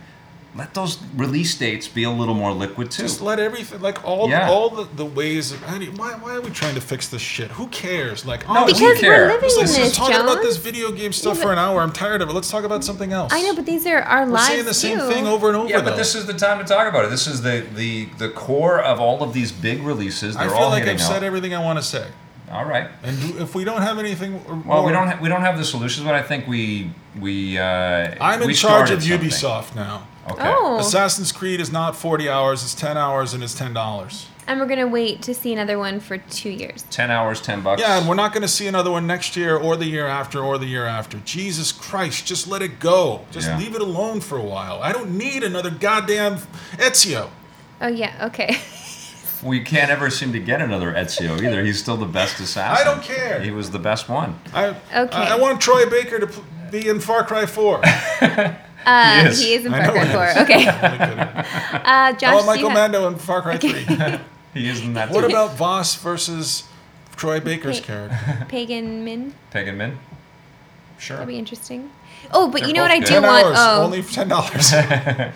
Speaker 1: Let those release dates be a little more liquid too.
Speaker 3: Just let everything like all
Speaker 1: Yeah.
Speaker 3: all the, the ways. Of, I mean, why why are we trying to fix this shit? Who cares? Like
Speaker 1: No,
Speaker 3: honestly,
Speaker 2: because
Speaker 1: care.
Speaker 2: we're living in
Speaker 3: let's
Speaker 2: this,
Speaker 3: talk about
Speaker 2: John.
Speaker 3: this video game stuff
Speaker 2: Yeah,
Speaker 3: for
Speaker 2: but-
Speaker 3: an hour. I'm tired of it. Let's talk about something else.
Speaker 2: I know, but these are our
Speaker 3: we're
Speaker 2: lives
Speaker 3: saying the same
Speaker 2: too.
Speaker 3: thing over and over.
Speaker 1: Yeah, but
Speaker 3: though.
Speaker 1: this is the time to talk about it. This is the the the core of all of these big releases. They're
Speaker 3: I
Speaker 1: all
Speaker 3: feel like
Speaker 1: hitting
Speaker 3: I've said
Speaker 1: out.
Speaker 3: everything I want to say.
Speaker 1: All right.
Speaker 3: And do- if we don't have anything, uh, or
Speaker 1: Well,
Speaker 3: more-
Speaker 1: we don't ha- we don't have the solutions, but I think we we. Uh,
Speaker 3: I'm in
Speaker 1: we
Speaker 3: charge
Speaker 1: started
Speaker 3: of
Speaker 1: something.
Speaker 3: Ubisoft now.
Speaker 1: Okay.
Speaker 2: Oh,
Speaker 3: Assassin's Creed is not 40 hours; it's 10 hours, and it's ten dollars.
Speaker 2: and we're gonna wait to see another one for two years.
Speaker 1: Ten hours, ten bucks.
Speaker 3: Yeah, and we're not going to see another one next year, or the year after, or the year after. Jesus Christ, just let it go. Just
Speaker 1: Yeah.
Speaker 3: leave it alone for a while. I don't need another goddamn Ezio.
Speaker 2: Oh yeah, okay.
Speaker 1: we can't ever seem to get another Ezio either. He's still the best assassin.
Speaker 3: I don't care.
Speaker 1: He was the best one.
Speaker 3: I
Speaker 2: Okay.
Speaker 3: I, I want Troy Baker to pl- be in Far Cry 4.
Speaker 2: Uh,
Speaker 1: He is.
Speaker 2: he is in
Speaker 3: I
Speaker 2: Far
Speaker 3: know
Speaker 2: Cry
Speaker 3: he
Speaker 2: Four.
Speaker 3: is.
Speaker 2: Okay.
Speaker 3: I
Speaker 2: Uh, Josh,
Speaker 3: want
Speaker 2: do you
Speaker 3: Oh, Michael
Speaker 2: have-
Speaker 3: Mando in Far Cry 3.
Speaker 1: He is in that.
Speaker 3: what about Voss versus Troy Baker's
Speaker 2: Wait.
Speaker 3: character?
Speaker 2: Pagan Min.
Speaker 1: Pagan Min? Sure.
Speaker 2: That'd be interesting. Oh, but
Speaker 1: They're
Speaker 2: you know what
Speaker 1: both
Speaker 2: I
Speaker 1: good.
Speaker 2: do
Speaker 3: Ten
Speaker 2: want?
Speaker 3: hours,
Speaker 2: oh,
Speaker 3: only for ten dollars.
Speaker 2: I,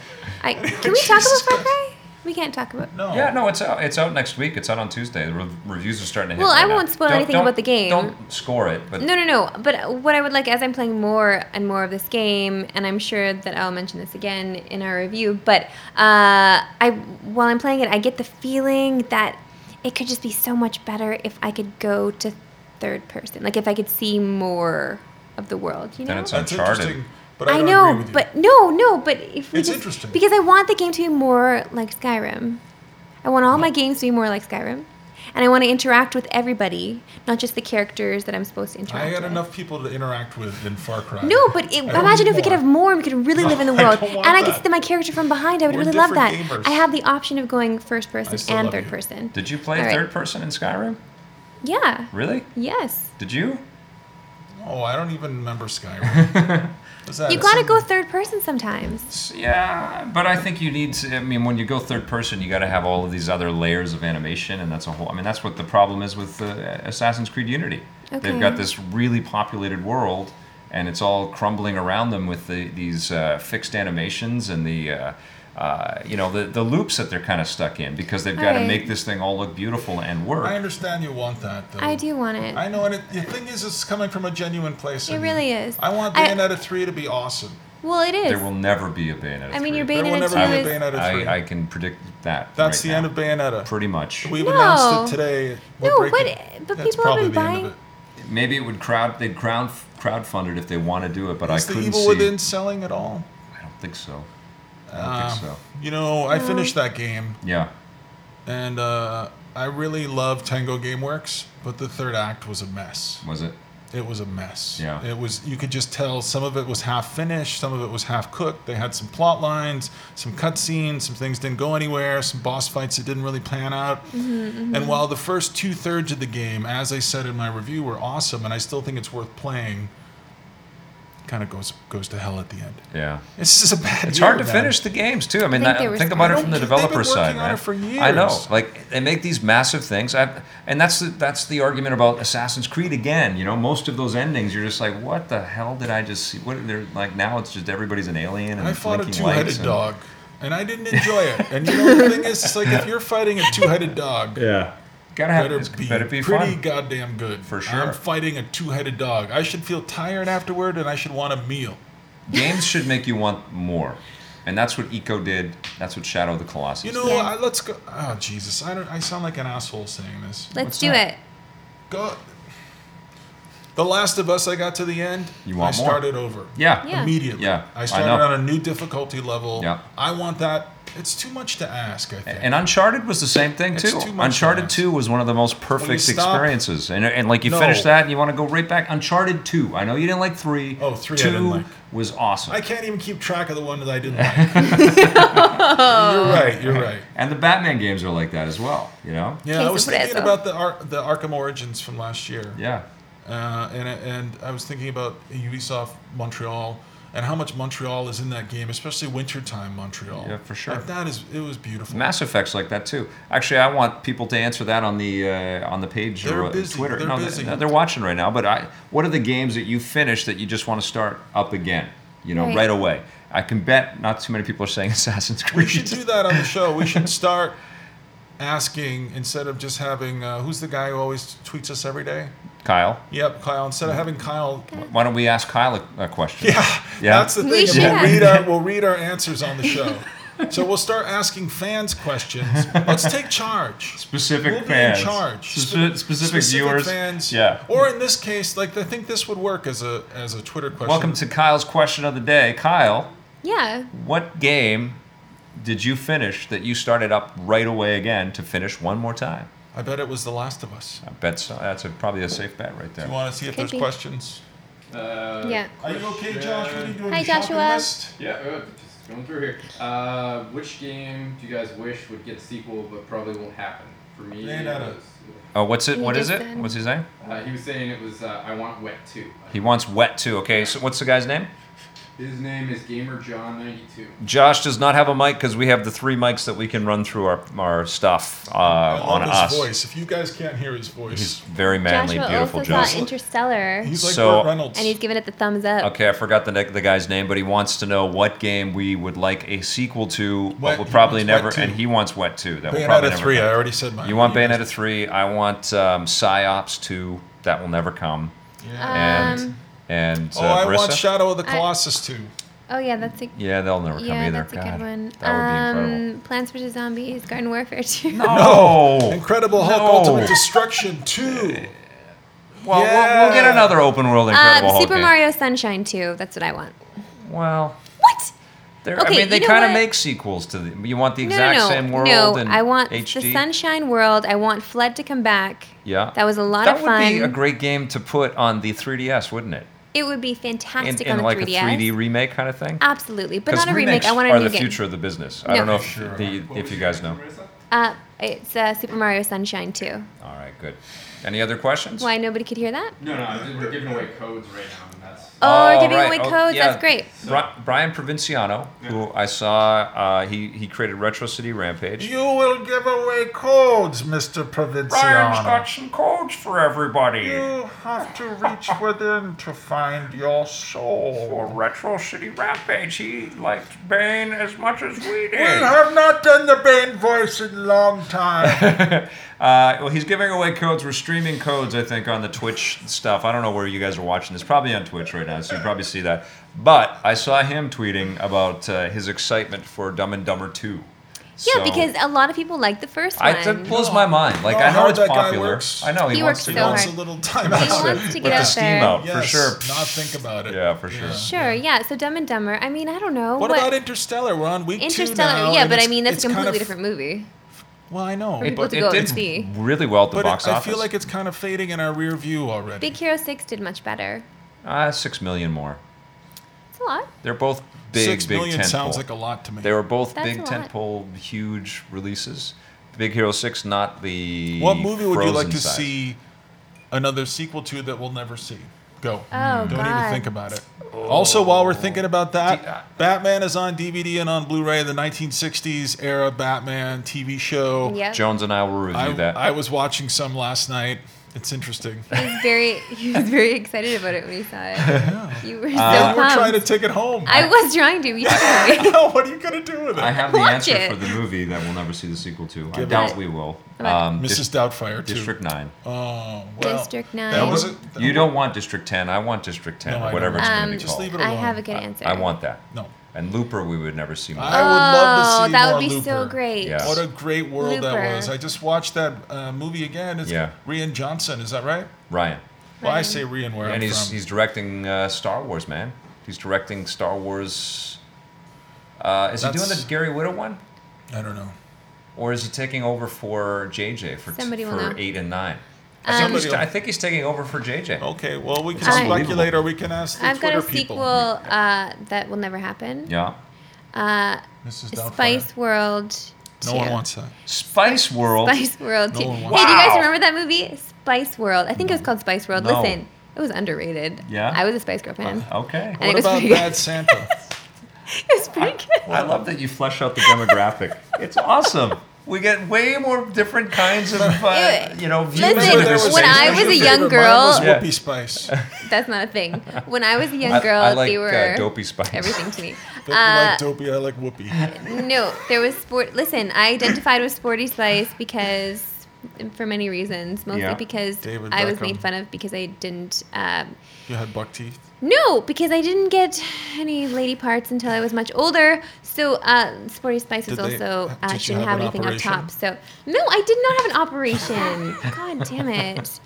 Speaker 2: can we talk about
Speaker 3: Jesus
Speaker 2: Far
Speaker 3: Christ.
Speaker 2: Cry? We can't talk about.
Speaker 3: no.
Speaker 1: Yeah, no, it's out. It's out next week. It's out on Tuesday. The re- reviews are starting to hit.
Speaker 2: Well,
Speaker 1: right
Speaker 2: I
Speaker 1: now.
Speaker 2: won't spoil
Speaker 1: Don't-
Speaker 2: anything
Speaker 1: don't-
Speaker 2: about the game.
Speaker 1: Don't score it. But
Speaker 2: No, no, no. But what I would like, as I'm playing more and more of this game, and I'm sure that I'll mention this again in our review, but uh, I, while I'm playing it, I get the feeling that it could just be so much better if I could go to third person, like if I could see more of the world. You know.
Speaker 1: Then it's
Speaker 3: That's
Speaker 1: Uncharted.
Speaker 3: interesting. But I,
Speaker 2: I,
Speaker 3: don't
Speaker 2: know,
Speaker 3: agree with you.
Speaker 2: but no, no, but if we
Speaker 3: It's
Speaker 2: just-
Speaker 3: interesting.
Speaker 2: because I want the game to be more like Skyrim. I want all my games to be more like Skyrim, and I want to interact with everybody, not just the characters that I'm supposed to interact.
Speaker 3: I had
Speaker 2: with.
Speaker 3: enough people to interact with in Far Cry.
Speaker 2: No, but it,
Speaker 3: I don't
Speaker 2: imagine
Speaker 3: need
Speaker 2: if we could
Speaker 3: more.
Speaker 2: have more and we could really
Speaker 3: No,
Speaker 2: live in the
Speaker 3: I
Speaker 2: world,
Speaker 3: don't
Speaker 2: and
Speaker 3: want
Speaker 2: I could
Speaker 3: that.
Speaker 2: see my character from behind. I would
Speaker 3: We're
Speaker 2: really love that.
Speaker 3: different gamers.
Speaker 2: I have the option of going first person
Speaker 3: still
Speaker 2: and
Speaker 3: love
Speaker 2: third
Speaker 3: you.
Speaker 2: person.
Speaker 1: Did you play
Speaker 2: All right.
Speaker 1: third person in Skyrim?
Speaker 2: Yeah.
Speaker 1: Really?
Speaker 2: Yes.
Speaker 1: Did you?
Speaker 3: Oh, I don't even remember Skyrim. Was that
Speaker 2: You gotta go third person sometimes.
Speaker 1: Yeah, but I think you need to. I mean, when you go third person, you got to have all of these other layers of animation, and that's a whole. I mean, that's what the problem is with uh, Assassin's Creed Unity. They've
Speaker 2: Okay.
Speaker 1: got this really populated world, and it's all crumbling around them with the, these uh, fixed animations and the. Uh, uh, you know the, the loops that they're kind of stuck in because they've got to
Speaker 2: Right.
Speaker 1: make this thing all look beautiful and work.
Speaker 3: I understand you want that though.
Speaker 2: I do want it.
Speaker 3: I know, and it, the thing is, it's coming from a genuine place.
Speaker 2: It
Speaker 3: in
Speaker 2: really
Speaker 3: you.
Speaker 2: is.
Speaker 3: I want
Speaker 2: I-
Speaker 3: Bayonetta three to be awesome.
Speaker 2: well, it is.
Speaker 1: There will never be a Bayonetta.
Speaker 2: I mean,
Speaker 1: 3.
Speaker 2: your
Speaker 3: There will
Speaker 2: Bayonetta
Speaker 3: never
Speaker 2: two
Speaker 3: be a
Speaker 2: is.
Speaker 3: Bayonetta three.
Speaker 1: I, I can predict that.
Speaker 3: That's
Speaker 1: right
Speaker 3: the
Speaker 1: now.
Speaker 3: end of Bayonetta.
Speaker 1: Pretty much.
Speaker 3: We've
Speaker 2: No.
Speaker 3: announced it today. We're
Speaker 2: No,
Speaker 3: breaking
Speaker 2: but- eh,
Speaker 3: it.
Speaker 2: but
Speaker 3: That's
Speaker 2: people have
Speaker 3: probably
Speaker 2: been
Speaker 3: the end of
Speaker 2: buying-
Speaker 3: it.
Speaker 1: Maybe it would crowd. They'd crowd crowdfund it if they want to do it, but
Speaker 3: Is
Speaker 1: I
Speaker 3: the
Speaker 1: couldn't
Speaker 3: Evil
Speaker 1: see.
Speaker 3: Within selling at all?
Speaker 1: I don't think so. I don't
Speaker 3: Uh,
Speaker 1: think so.
Speaker 3: You know, I finished that game.
Speaker 1: Yeah.
Speaker 3: and uh, I really love Tango GameWorks, but the third act was a mess.
Speaker 1: Was it?
Speaker 3: It was a mess.
Speaker 1: Yeah.
Speaker 3: It was. You could just tell some of it was half finished, some of it was half cooked. They had some plot lines, some cutscenes, some things didn't go anywhere, some boss fights that didn't really pan out. And while the first two thirds of the game, as I said in my review, were awesome, and I still think it's worth playing, kind of goes goes to hell at the end.
Speaker 1: Yeah.
Speaker 3: This is a bad.
Speaker 1: It's
Speaker 3: year,
Speaker 1: hard to
Speaker 3: man.
Speaker 1: finish the games too. I mean,
Speaker 2: think
Speaker 1: that-
Speaker 2: they were
Speaker 1: think about it
Speaker 2: starting-
Speaker 1: from the
Speaker 3: They've been
Speaker 1: developer
Speaker 3: working
Speaker 1: side,
Speaker 3: on
Speaker 1: man.
Speaker 3: it for
Speaker 1: I know,
Speaker 3: years.
Speaker 1: like they make these massive things, I've, and that's the, that's the argument about Assassin's Creed again. You know, most of those endings, you're just like, what the hell did I just see? What they're like now? It's just everybody's an alien. And
Speaker 3: I fought a
Speaker 1: blinking
Speaker 3: two
Speaker 1: lights
Speaker 3: headed
Speaker 1: and-
Speaker 3: dog, and I didn't enjoy it. And you know the thing is, it's like if you're fighting a two headed dog,
Speaker 1: Yeah. gotta have.
Speaker 3: Better
Speaker 1: It's
Speaker 3: be,
Speaker 1: better be
Speaker 3: pretty
Speaker 1: fun.
Speaker 3: goddamn good.
Speaker 1: For sure.
Speaker 3: I'm fighting a two-headed dog. I should feel tired afterward, and I should want a meal.
Speaker 1: Games should make you want more, and that's what Eco did. That's what Shadow of the Colossus.
Speaker 3: You know,
Speaker 2: Yeah.
Speaker 3: I, let's go. Oh Jesus, I don't. I sound like an asshole saying this.
Speaker 2: Let's
Speaker 1: What's
Speaker 2: do
Speaker 1: that?
Speaker 2: it.
Speaker 3: Go. The Last of Us. I got to the end.
Speaker 1: You want
Speaker 3: I
Speaker 1: more?
Speaker 3: started over.
Speaker 1: Yeah.
Speaker 2: Yeah.
Speaker 3: Immediately.
Speaker 1: Yeah, I
Speaker 3: I started
Speaker 1: know.
Speaker 3: on a new difficulty level.
Speaker 1: Yeah.
Speaker 3: I want that. It's too much to ask. I think.
Speaker 1: And Uncharted was the same thing
Speaker 3: It's
Speaker 1: too.
Speaker 3: too much
Speaker 1: Uncharted
Speaker 3: noise.
Speaker 1: 2 was one of the most perfect
Speaker 3: stop-
Speaker 1: experiences. And, and like you
Speaker 3: No.
Speaker 1: finish that and you want to go right back. Uncharted 2. I know you didn't like 3.
Speaker 3: Oh, 3 I
Speaker 1: 2
Speaker 3: didn't like.
Speaker 1: was awesome.
Speaker 3: I can't even keep track of the one that I didn't like. you're right. You're right.
Speaker 1: and the Batman games are like that as well, you know?
Speaker 3: Yeah, I
Speaker 2: Case
Speaker 3: was
Speaker 2: of
Speaker 3: thinking
Speaker 2: Rezo.
Speaker 3: about the Ar- the Arkham Origins from last year.
Speaker 1: Yeah.
Speaker 3: Uh, and and I was thinking about Ubisoft Montreal and how much Montreal is in that game, especially wintertime Montreal.
Speaker 1: Yeah, for sure.
Speaker 3: Like, that is it was beautiful.
Speaker 1: Mass Effects like that too. Actually, I want people to answer that on the uh, on the page
Speaker 3: They're
Speaker 1: or on
Speaker 3: busy.
Speaker 1: Twitter.
Speaker 3: They're
Speaker 1: no,
Speaker 3: busy.
Speaker 1: They're, they're watching right now. But I, what are the games that you finished that you just want to start up again? You know, right,
Speaker 2: Right.
Speaker 1: away. I can bet not too many people are saying Assassin's
Speaker 3: we
Speaker 1: Creed.
Speaker 3: should do that on the show. We should start asking instead of just having uh, who's the guy who always tweets us every day?
Speaker 1: Kyle,
Speaker 3: Yep, Kyle. Instead of having Kyle.
Speaker 1: why don't we ask Kyle a, a question?
Speaker 3: Yeah,
Speaker 1: Yeah.
Speaker 3: that's the
Speaker 2: We
Speaker 3: thing. and
Speaker 2: should
Speaker 3: We'll
Speaker 2: have-
Speaker 3: read, our, we'll read our answers on the show. So we'll start asking fans questions. Let's take charge.
Speaker 1: specific
Speaker 3: we'll
Speaker 1: fans,
Speaker 3: be in charge.
Speaker 1: Spe-
Speaker 3: Spe-
Speaker 1: specific, viewers.
Speaker 3: fans.
Speaker 1: Yeah.
Speaker 3: Or in this case, like I think this would work as a as a Twitter question.
Speaker 1: Welcome to Kyle's question of the day. Kyle,
Speaker 2: Yeah.
Speaker 1: what game did you finish that you started up right away again to finish one more time?
Speaker 3: I bet it was The Last of Us.
Speaker 1: I bet so. That's a, probably a safe bet right
Speaker 3: You
Speaker 1: there.
Speaker 3: want to see if
Speaker 2: Could
Speaker 3: there's
Speaker 2: be.
Speaker 3: questions?
Speaker 4: Uh,
Speaker 2: Yeah.
Speaker 3: Are you okay, Josh? What are you doing?
Speaker 2: Hi,
Speaker 3: Shopping
Speaker 2: Joshua.
Speaker 3: list?
Speaker 4: Yeah, uh, just going through here. Uh, which game do you guys wish would get a sequel but probably won't happen? For me,
Speaker 3: Man,
Speaker 4: it
Speaker 3: I
Speaker 4: was,
Speaker 1: Oh, what's it?
Speaker 2: He
Speaker 1: What is
Speaker 2: did
Speaker 1: it?
Speaker 2: then.
Speaker 1: What's his name?
Speaker 4: uh, he was saying it was uh, I Want Wet 2.
Speaker 1: He wants wet too. Okay, so what's the guy's name?
Speaker 4: His name is Gamer John 92.
Speaker 1: Josh does not have a mic because we have the three mics that we can run through our, our stuff uh,
Speaker 3: I love
Speaker 1: on
Speaker 3: his
Speaker 1: us.
Speaker 3: voice. If you guys can't hear his voice,
Speaker 1: He's very manly,
Speaker 2: Joshua
Speaker 1: beautiful,
Speaker 2: also
Speaker 1: Josh.
Speaker 2: saw Interstellar,
Speaker 3: he's like
Speaker 1: So-
Speaker 3: Burt Reynolds.
Speaker 2: and he's giving it the thumbs up.
Speaker 1: Okay, I forgot the ne- the guy's name, but he wants to know what game we would like a sequel to,
Speaker 3: Wet-
Speaker 1: but will
Speaker 3: he
Speaker 1: probably
Speaker 3: wants
Speaker 1: never.
Speaker 3: Wet 2.
Speaker 1: And he wants Wet Two. That will probably
Speaker 3: Bayonetta
Speaker 1: never
Speaker 3: three.
Speaker 1: come.
Speaker 3: I already said mine.
Speaker 1: You want
Speaker 3: guys-
Speaker 1: Bayonetta Three? I want um, Psyops Two. That will never come.
Speaker 3: Yeah.
Speaker 1: And
Speaker 2: Um,
Speaker 1: and
Speaker 3: oh,
Speaker 1: uh,
Speaker 3: I want
Speaker 1: Brissa?
Speaker 3: Shadow of the
Speaker 2: I-
Speaker 3: Colossus too.
Speaker 2: Oh yeah, that's a
Speaker 1: Yeah, they'll never come
Speaker 2: yeah,
Speaker 1: either.
Speaker 2: that's a
Speaker 1: God,
Speaker 2: good one.
Speaker 1: That would be incredible.
Speaker 2: Um, Plants vs Zombies, Garden Warfare 2.
Speaker 1: No.
Speaker 3: Incredible Hulk:
Speaker 1: No.
Speaker 3: Ultimate Destruction two.
Speaker 1: Well, we'll, we'll get
Speaker 3: Yeah.
Speaker 1: another open world Incredible
Speaker 2: um,
Speaker 1: Hulk
Speaker 2: Super
Speaker 1: game.
Speaker 2: Mario Sunshine 2. That's what I want.
Speaker 1: Well,
Speaker 2: What?
Speaker 1: they're, I
Speaker 2: Okay,
Speaker 1: mean, they
Speaker 2: you know
Speaker 1: kind of
Speaker 2: what?
Speaker 1: make sequels to the. You want the
Speaker 2: No,
Speaker 1: exact
Speaker 2: no, no.
Speaker 1: same world
Speaker 2: no,
Speaker 1: and
Speaker 2: I want
Speaker 1: HD.
Speaker 2: the Sunshine World. I want Flood to come back.
Speaker 1: Yeah.
Speaker 2: That was a lot
Speaker 1: that
Speaker 2: of fun.
Speaker 1: would be a great game to put on the 3DS, wouldn't it?
Speaker 2: it would be
Speaker 1: In,
Speaker 2: fantastic
Speaker 1: in
Speaker 2: on
Speaker 1: like
Speaker 2: the 3DS.
Speaker 1: a 3D remake kind of thing.
Speaker 2: Absolutely, Uh, but
Speaker 1: 'Cause
Speaker 2: not a remake.
Speaker 1: remakes
Speaker 2: I want a
Speaker 1: are
Speaker 2: new
Speaker 1: the
Speaker 2: game.
Speaker 1: future of the business. I
Speaker 2: No.
Speaker 1: don't know if
Speaker 3: Sure.
Speaker 1: the,
Speaker 4: What
Speaker 1: if
Speaker 4: was
Speaker 1: you
Speaker 4: your
Speaker 1: guys know.
Speaker 4: name, Marissa?
Speaker 2: Uh, it's uh, Super Mario Sunshine 2.
Speaker 1: All right, good. Any other questions?
Speaker 2: Why nobody could hear that?
Speaker 4: No, no, I'm just- we're giving away codes right now, and that's.
Speaker 2: Oh,
Speaker 1: Oh,
Speaker 2: giving
Speaker 1: right.
Speaker 2: away
Speaker 1: Oh,
Speaker 2: codes.
Speaker 1: yeah.
Speaker 2: That's great.
Speaker 1: Bri- Brian Provinciano, who I saw, uh, he he created Retro City Rampage.
Speaker 3: You will give away codes, Mr. Provinciano.
Speaker 1: some codes for everybody.
Speaker 3: You have to reach within to find your soul.
Speaker 1: For Retro City Rampage, he liked Bane as much as we
Speaker 3: We
Speaker 1: did.
Speaker 3: have not done the Bane voice in a long time.
Speaker 1: Uh, well, he's giving away codes. We're streaming codes, I think, on the Twitch stuff. I don't know where you guys are watching this. Probably on Twitch right now, so you probably see that. But I saw him tweeting about uh, his excitement for Dumb and Dumber 2.
Speaker 2: Yeah,
Speaker 1: So-
Speaker 2: because a lot of people like the first one.
Speaker 1: I, that blows my mind. Like
Speaker 3: Know
Speaker 1: I know
Speaker 3: how
Speaker 1: it's
Speaker 3: that guy
Speaker 1: popular.
Speaker 3: works?
Speaker 1: I know he,
Speaker 2: He
Speaker 1: wants
Speaker 2: works
Speaker 1: to
Speaker 2: so
Speaker 1: go.
Speaker 2: hard.
Speaker 3: Wants a little time
Speaker 2: he
Speaker 3: out.
Speaker 2: wants to
Speaker 1: With
Speaker 2: get
Speaker 1: the
Speaker 2: out
Speaker 1: steam
Speaker 2: there.
Speaker 1: out, for
Speaker 3: Yes,
Speaker 1: sure.
Speaker 3: Not think about it.
Speaker 1: Yeah, for sure.
Speaker 2: Sure, yeah. So Dumb and Dumber. I mean, I don't know.
Speaker 3: What, about Interstellar? We're on week two now.
Speaker 2: Interstellar? Yeah,
Speaker 3: and
Speaker 2: but I
Speaker 3: it's-
Speaker 2: mean, that's
Speaker 3: it's
Speaker 2: a completely
Speaker 3: kind of-
Speaker 2: different movie.
Speaker 3: Well, I know.
Speaker 2: It- people
Speaker 1: But
Speaker 2: to
Speaker 1: it
Speaker 2: go and
Speaker 1: did
Speaker 2: see.
Speaker 1: really well at the
Speaker 3: but
Speaker 1: box
Speaker 3: it, I
Speaker 1: office.
Speaker 3: feel like it's kind of fading in our rear view already.
Speaker 2: Big Hero 6 did much better.
Speaker 1: uh, six million more.
Speaker 2: It's a lot.
Speaker 1: They're both big,
Speaker 3: Six
Speaker 1: big
Speaker 3: million
Speaker 1: tentpole.
Speaker 3: sounds like a lot to me.
Speaker 1: They were both
Speaker 2: That's
Speaker 1: big
Speaker 2: a lot.
Speaker 1: tentpole, huge releases. Big Hero Six, not the.
Speaker 3: what movie would you like
Speaker 1: Frozen
Speaker 3: to
Speaker 1: size.
Speaker 3: see another sequel to that we'll never see? Go.
Speaker 2: Oh,
Speaker 3: Don't even
Speaker 2: God.
Speaker 3: think about it. Also, while we're thinking about that,
Speaker 1: D- uh,
Speaker 3: Batman is on DVD and on Blu-ray. The 1960s era Batman TV show.
Speaker 2: Yeah.
Speaker 3: Oh,
Speaker 1: Jones and I will review
Speaker 3: I,
Speaker 1: that.
Speaker 3: I was watching some last night. It's interesting.
Speaker 2: He was very he was very excited about it when he saw it. You were so
Speaker 3: Uh, you were
Speaker 2: pumped.
Speaker 3: trying to take it home.
Speaker 2: I was trying to. You took it away.
Speaker 3: no, what are you gonna do with it?
Speaker 1: I have the
Speaker 2: Watch
Speaker 1: answer
Speaker 2: it.
Speaker 1: for the movie that we'll never see the sequel to. I
Speaker 3: Give it-
Speaker 1: doubt we will. Um,
Speaker 3: Mrs.
Speaker 1: Dis-
Speaker 3: Doubtfire too.
Speaker 1: District 9.
Speaker 3: Oh well.
Speaker 2: District
Speaker 3: That
Speaker 2: Nine.
Speaker 3: was it.
Speaker 1: You don't want District 10. I want District 10,
Speaker 3: No, I
Speaker 1: or
Speaker 3: don't
Speaker 1: whatever
Speaker 3: want
Speaker 1: it's
Speaker 2: it.
Speaker 1: going to
Speaker 2: Um,
Speaker 1: be
Speaker 2: Just
Speaker 1: called.
Speaker 3: leave it
Speaker 2: I have a good
Speaker 1: I-
Speaker 2: answer.
Speaker 1: I want that.
Speaker 3: No.
Speaker 1: And Looper, we would never see. more.
Speaker 3: I would love to
Speaker 2: Oh,
Speaker 3: see
Speaker 2: that
Speaker 3: more
Speaker 2: would be so
Speaker 3: Looper.
Speaker 2: great.
Speaker 1: Yeah.
Speaker 3: What a great world
Speaker 2: Looper.
Speaker 3: that was. I just watched that uh, movie again. It's
Speaker 1: Yeah.
Speaker 3: Rian Johnson, is that right?
Speaker 1: Ryan.
Speaker 3: Well, I
Speaker 2: Right.
Speaker 3: say Rian where I'm
Speaker 1: And he's
Speaker 3: from.
Speaker 1: he's directing uh, Star Wars, man. He's directing Star Wars. Uh, is he doing
Speaker 3: That's-
Speaker 1: the Gary Widow one,
Speaker 3: I don't know.
Speaker 1: or is he taking over for JJ for
Speaker 2: Somebody will
Speaker 1: for
Speaker 2: know.
Speaker 1: eight and nine? I think,
Speaker 2: Um,
Speaker 1: he's, I think he's taking over for JJ.
Speaker 3: Okay, well, we can
Speaker 2: I-
Speaker 3: speculate or we can ask the
Speaker 2: I've got
Speaker 3: Twitter
Speaker 2: a sequel
Speaker 3: people.
Speaker 2: uh, that will never happen.
Speaker 1: Yeah.
Speaker 2: Uh,
Speaker 3: Mrs. Doubtfire.
Speaker 2: Spice World.
Speaker 3: No
Speaker 2: 2.
Speaker 3: one wants that.
Speaker 1: Spice World.
Speaker 2: Spice World.
Speaker 3: No
Speaker 2: 2.
Speaker 3: one
Speaker 2: hey,
Speaker 3: wants
Speaker 2: do you
Speaker 1: Wow.
Speaker 2: guys remember that movie? Spice World. I think it was called Spice World.
Speaker 1: No.
Speaker 2: Listen, it was underrated.
Speaker 1: Yeah?
Speaker 2: I was a Spice Girl fan.
Speaker 1: Okay.
Speaker 2: I- think it
Speaker 3: What
Speaker 2: was
Speaker 3: about
Speaker 2: pretty good.
Speaker 3: Bad Santa?
Speaker 2: it was pretty good.
Speaker 1: I love that you flesh out the demographic. it's awesome. We get way more different kinds of uh,
Speaker 2: Ew.
Speaker 1: you know views.
Speaker 2: Listen,
Speaker 1: of
Speaker 3: There
Speaker 1: this
Speaker 2: when
Speaker 1: space.
Speaker 2: I was a
Speaker 3: Your
Speaker 2: young
Speaker 3: favorite
Speaker 2: girl-
Speaker 3: mine was
Speaker 1: Yeah.
Speaker 3: Whoopi Spice.
Speaker 2: That's not a thing. When I was a young
Speaker 1: I-
Speaker 2: girl,
Speaker 1: I like,
Speaker 2: they
Speaker 1: uh,
Speaker 2: were
Speaker 1: Dopey Spice.
Speaker 2: everything to me.
Speaker 3: But you
Speaker 2: Uh,
Speaker 3: like Dopey, I like Whoopi.
Speaker 2: no, there was sport. Listen, I identified with Sporty Spice because, for many reasons, mostly
Speaker 1: Yeah.
Speaker 2: because
Speaker 3: David
Speaker 2: I was
Speaker 3: Beckham.
Speaker 2: made fun of because I didn't. Um,
Speaker 3: You had buck teeth.
Speaker 2: no, because I didn't get any lady parts until I was much older. So uh, Sporty Spice was
Speaker 3: Did they-
Speaker 2: also
Speaker 3: did
Speaker 2: uh,
Speaker 3: you
Speaker 2: didn't
Speaker 3: have
Speaker 2: have
Speaker 3: an
Speaker 2: anything
Speaker 3: operation?
Speaker 2: up top. So no, I did not have an operation. God damn it!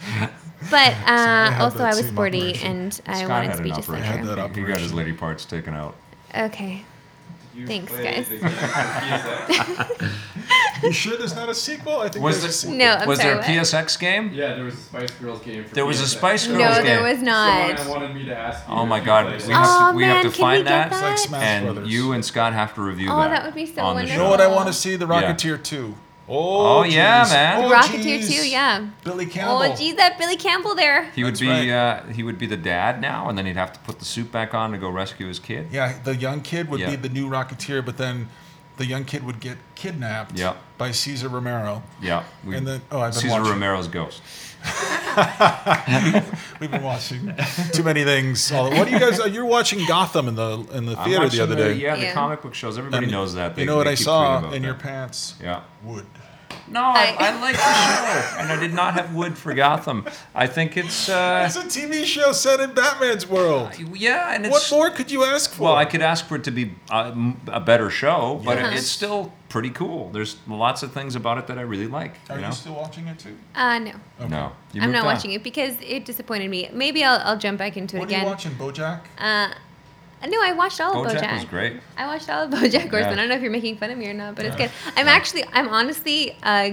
Speaker 2: But uh,
Speaker 3: had
Speaker 2: also,
Speaker 3: that
Speaker 2: I was
Speaker 3: same
Speaker 2: sporty
Speaker 3: operation.
Speaker 2: and I
Speaker 1: Scott
Speaker 2: wanted
Speaker 1: had
Speaker 2: to
Speaker 1: an
Speaker 2: be just like
Speaker 1: operation.
Speaker 3: I
Speaker 2: her.
Speaker 3: had that
Speaker 1: He got his
Speaker 3: operation.
Speaker 1: lady parts taken out.
Speaker 2: Okay.
Speaker 4: You
Speaker 2: Oh, Thanks,
Speaker 4: played
Speaker 2: guys.
Speaker 4: the game for PSX.
Speaker 3: You sure there's not a sequel? I think
Speaker 1: Was
Speaker 3: there's a
Speaker 1: it-
Speaker 3: sequel.
Speaker 2: No, I'm
Speaker 1: was
Speaker 2: sorry.
Speaker 1: there a
Speaker 2: what?
Speaker 1: PSX game?
Speaker 4: Yeah, there was a Spice Girls game. For
Speaker 1: There was a
Speaker 4: PSX.
Speaker 1: Spice Girls
Speaker 2: No,
Speaker 1: game.
Speaker 2: there was
Speaker 4: Someone
Speaker 2: not.
Speaker 4: wanted me to ask you
Speaker 1: Oh
Speaker 4: if
Speaker 1: my
Speaker 4: you
Speaker 1: God,
Speaker 4: played
Speaker 1: we
Speaker 4: it.
Speaker 1: have to-
Speaker 2: Oh
Speaker 1: we have
Speaker 2: man,
Speaker 1: to
Speaker 2: can we
Speaker 1: find
Speaker 2: get
Speaker 1: that. It's
Speaker 3: It's like
Speaker 2: that?
Speaker 3: Smash
Speaker 1: and
Speaker 3: Brothers.
Speaker 1: you and Scott have to review
Speaker 2: Oh,
Speaker 1: that.
Speaker 2: that would be so
Speaker 1: on the
Speaker 3: You
Speaker 2: wonderful.
Speaker 1: show.
Speaker 3: know what I want to see? The
Speaker 1: Yeah.
Speaker 3: Rocketeer 2. Oh,
Speaker 1: Oh, yeah,
Speaker 3: geez.
Speaker 1: man.
Speaker 3: Oh,
Speaker 2: Rocketeer
Speaker 3: geez.
Speaker 2: 2, yeah.
Speaker 3: Billy Campbell.
Speaker 2: Oh, geez, that Billy Campbell there.
Speaker 1: He would
Speaker 3: That's
Speaker 1: be
Speaker 3: right.
Speaker 1: uh, he would be the dad now, and then he'd have to put the suit back on to go rescue his kid.
Speaker 3: Yeah, the young kid would
Speaker 1: Yeah.
Speaker 3: be the new Rocketeer, but then the young kid would get kidnapped
Speaker 1: Yeah.
Speaker 3: by Caesar Romero.
Speaker 1: Yeah, we-
Speaker 3: And then- oh, I've been
Speaker 1: Cesar
Speaker 3: watching.
Speaker 1: Romero's ghost.
Speaker 3: We've been watching too many things. all- What do you guys? uh, You're watching Gotham in the in the
Speaker 1: I'm
Speaker 3: theater
Speaker 1: watching
Speaker 3: the other day.
Speaker 1: yeah, the
Speaker 2: Yeah.
Speaker 1: comic book shows. Everybody
Speaker 3: And
Speaker 1: knows that. They,
Speaker 3: you know what
Speaker 1: they
Speaker 3: I
Speaker 1: keep tweeting
Speaker 3: saw
Speaker 1: about
Speaker 3: in your
Speaker 1: that.
Speaker 3: pants?
Speaker 1: Yeah.
Speaker 3: Wood.
Speaker 1: No, I,
Speaker 2: I-
Speaker 1: I like the show, and I did not have wood for Gotham. I think it's uh,
Speaker 3: It's a TV show set in Batman's world.
Speaker 2: Ah,
Speaker 1: yeah, and it's
Speaker 3: What more could you ask for?
Speaker 1: Well, I could ask for it to be uh, m- a better show, but
Speaker 2: Yes.
Speaker 1: it's still pretty cool. There's lots of things about it that I really like.
Speaker 3: Are
Speaker 1: you
Speaker 3: you,
Speaker 1: know?
Speaker 3: still watching it too?
Speaker 2: Uh, no.
Speaker 1: no, you
Speaker 2: I'm
Speaker 1: moved
Speaker 2: not
Speaker 1: on.
Speaker 2: watching it because it disappointed me. Maybe I'll, I'll jump back into it
Speaker 3: What are
Speaker 2: again.
Speaker 3: you watching, BoJack?
Speaker 2: Uh, no, I watched all of
Speaker 1: BoJack,
Speaker 2: BoJack.
Speaker 1: was great.
Speaker 2: I watched all of BoJack Horseman. I don't know if you're making fun of me or not, but it's good. I'm actually, I'm honestly, uh,